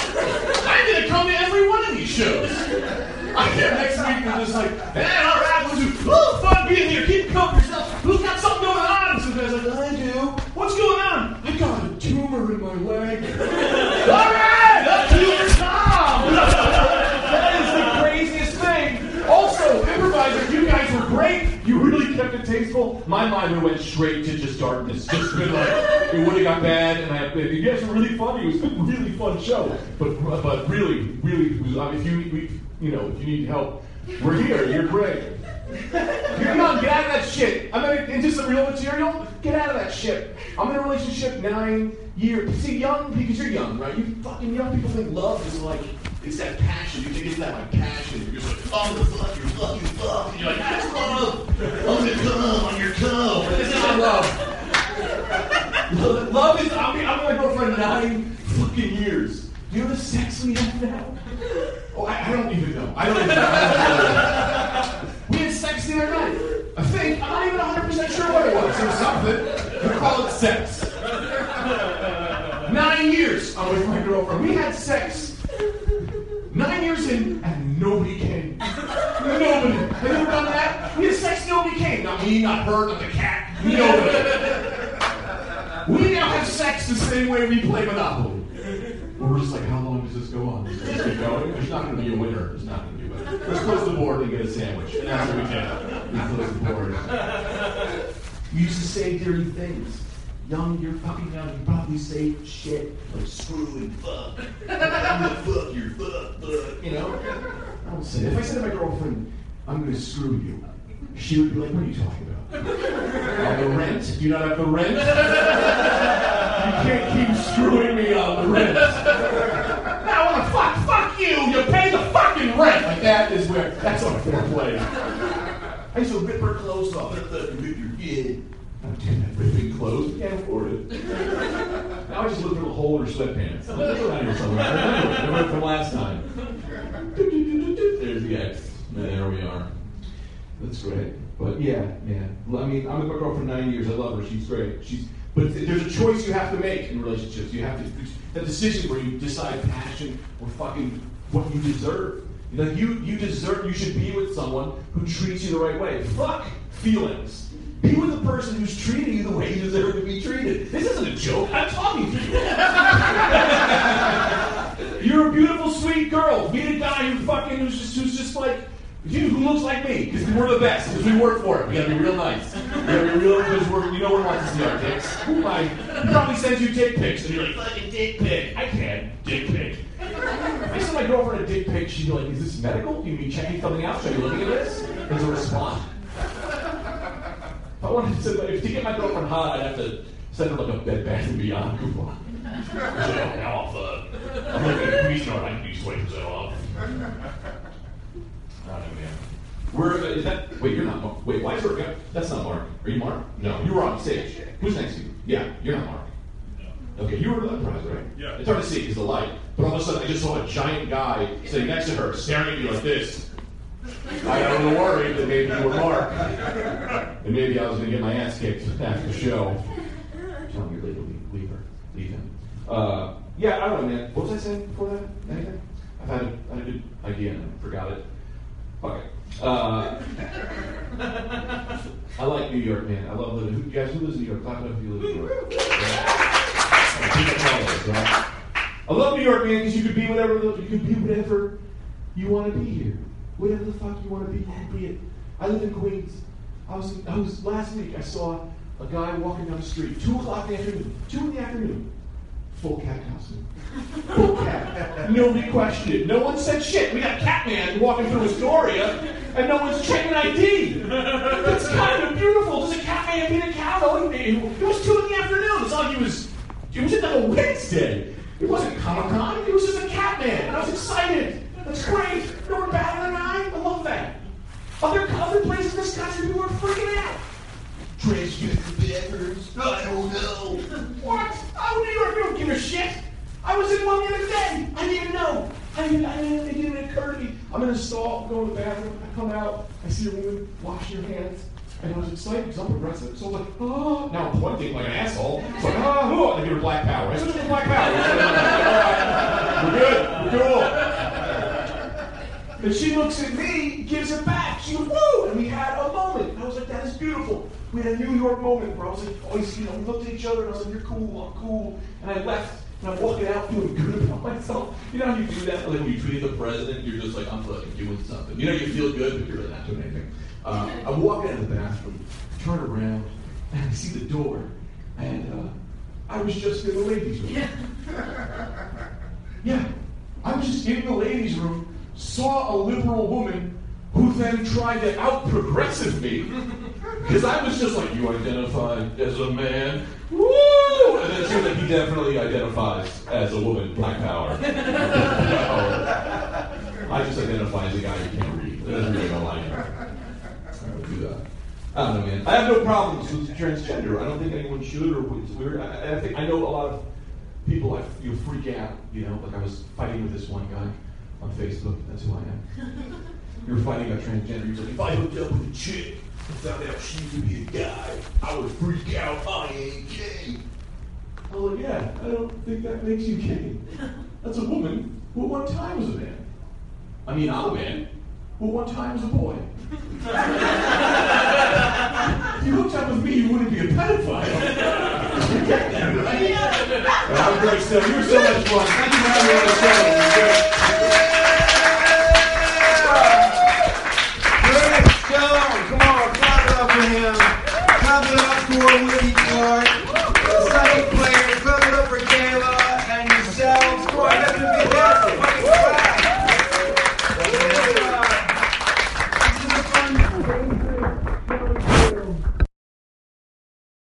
[SPEAKER 5] I'm just like, man, all right, we'll do oh, fun being here. Keep coming yourself. Who's got something going on? And some guy's like, I do. What's going on? I got a tumor in my leg. all right, up to your Tom. that is the craziest thing. Also, improviser, you guys were great. You really kept it tasteful. My mind went straight to just darkness. Just been like it would have got bad, and I, you guys were really funny. It was a really fun show. But but really, really, it was- I mean, if you we, you know if you need help, we're here. You're great. You're not get out of that shit. I'm gonna, into some real material. Get out of that shit. I'm in a relationship nine years. See, young because you're young, right? You fucking young people think love is like it's that passion. You think it's that like passion. You're just like, oh fuck, you're fuck, you fuck, and you're like, that's love. I'm gonna come on your toe. But This is not love. Lo- love is. I mean, I'm gonna go for nine fucking years. Do you know the sex we have now? Oh, I, I don't even know. I don't even know. We had sex the other night. I think. I'm not even 100% sure what it was. It was something. We call it sex. Nine years I'm with my girlfriend. We had sex. Nine years in, and nobody came. Nobody. Have you ever done that? We had sex, nobody came. Not me, not her, not the cat. Nobody. We now have sex the same way we play Monopoly. Where we're just like, how long does this go on? Does this keep going? There's not going to be a winner. There's not going to be a winner. Let's close the board and get a sandwich. That's what we did. We closed the board. We used to say dirty things. Young, you're fucking young. You probably say shit like screw and fuck. I'm gonna fuck your fuck, fuck. You know? I don't say. If I said to my girlfriend, I'm gonna screw you, she would be like, what are you talking about? On the rent. You not have the rent? You can't keep screwing me on the rent. Now I wanna fuck, fuck you! You pay the fucking rent! Like that is where that's on foreplay. I used to rip her clothes off. Rip your kid. I'm doing that ripping clothes. We can't afford it. now I just look for the hole in her sweatpants. I'm like, "Look around here somewhere. I remember. I remember from last time. There's the X. And there we are. That's great. But yeah, man. Well, I mean, I'm with my girl for nine years. I love her. She's great. She's. But th- there's a choice you have to make in relationships. You have to it's that decision where you decide passion or fucking what you deserve. You know, you you deserve. You should be with someone who treats you the right way. Fuck feelings. Be with the person who's treating you the way you deserve to be treated. This isn't a joke. I'm talking to you. You're a beautiful, sweet girl. Meet a guy who fucking who's just who's just like you, who looks like me, because we're the best, because we work for it. We gotta be real nice. We gotta be real because we're you know one wants to see our dicks. Who am I? He probably sends you dick pics, and you're like fucking dick pic. I can dick pic. I sent my girlfriend a dick pic. She'd be like, "Is this medical? You mean checking something out? Should I be looking at this?" There's a response. If I wanted to, if to get my girlfriend hot, I'd have to send her like a Bed Bath and Beyond coupon. She's like, "Oh, now I'll fuck." I'm like, "Please no, I can use twenty percent off." I don't know, man. Where is that? Wait, you're not. Mark. Wait, why is Mark? That's not Mark. Are you Mark? No, you were on stage. Who's next to you? Yeah, you're not Mark. Okay, you were the prize, right?
[SPEAKER 6] Yeah.
[SPEAKER 5] It's hard to see because the light. But all of a sudden, I just saw a giant guy sitting next to her, staring at you like this. I got a little worried that maybe you were Mark, and maybe I was going to get my ass kicked after the show. Tell me later, leave, leave her, leave him. Uh, yeah, I don't know, man. What was I saying before that? Anything? I've had a, I had a good idea and I forgot it. Fuck it. Uh, I like New York, man. I love living. Who, you guys, who lives in New York? Clap it up if you live in New York. Yeah. People tell us, right? I love New York, man, because you could be whatever the- you could be whatever you want to be here. Whatever the fuck you want to be, that be it. I live in Queens. I was I was last week. I saw a guy walking down the street, two o'clock in the afternoon, two in the afternoon, full cat costume. Full cat. Nobody questioned it. No one said shit. We got Catman walking through Astoria, and no one's checking ID. That's kind of beautiful. Does a Catman beat a cowboy? It was two in the afternoon. It's not like he was. It was like a Wednesday. It wasn't Comic Con. It was just a Catman. And I was excited. That's great. No more battling an eye. I love that. Other other places in this country, people are freaking out. Transgender peppers. I don't know. What? Oh, New York, you don't give a shit. I was in one the other day. I didn't know. I didn't, I didn't, it didn't occur to me. I'm in a stall, going to the bathroom. I come out. I see a woman washing her hands. And I was excited because I'm progressive. So I'm like, oh. Now I'm pointing like an asshole. It's like, ah, who? And I give her black power. I switch to black power. All right. We're good. We're cool. But she looks at me, gives it back. She goes, woo! And we had a moment. And I was like, that is beautiful. We had a New York moment, bro. I was like, oh, you know, we looked at each other and I was like, you're cool, I'm cool. And I left. And I'm walking out feeling good about myself. You know how you do that? Like when you tweet at the president, you're just like, I'm fucking doing something. You know, you feel good, but you're really not doing anything. Uh, I walk out of the bathroom, turn around, and I see the door. And uh, I was just in the ladies' room. Yeah, I was just in the ladies' room, saw a liberal woman who then tried to out progressive me. Because I was just like, you identify as a man. Woo! And then it seemed like he definitely identifies as a woman, black power. I just identify as a guy who can't read. That doesn't really go like I would do that. I don't know, man. I have no problems with transgender. I don't think anyone should or would. It's weird. I, I- I think I know a lot of people. I you freak out. You know, like I was fighting with this one guy on Facebook. That's who I am. you were fighting about transgender. He was like, if I hooked up with a chick and found out she could be a guy, I would freak out. I ain't gay. I was like, yeah, I don't think that makes you gay. That's a woman who at one time was a man. I mean, I'm a man who at one time was a boy. If you hooked up with me, you wouldn't be a pedophile. You get that, right? I'm Greg Still. You were so much fun. Thank you for having me on the show.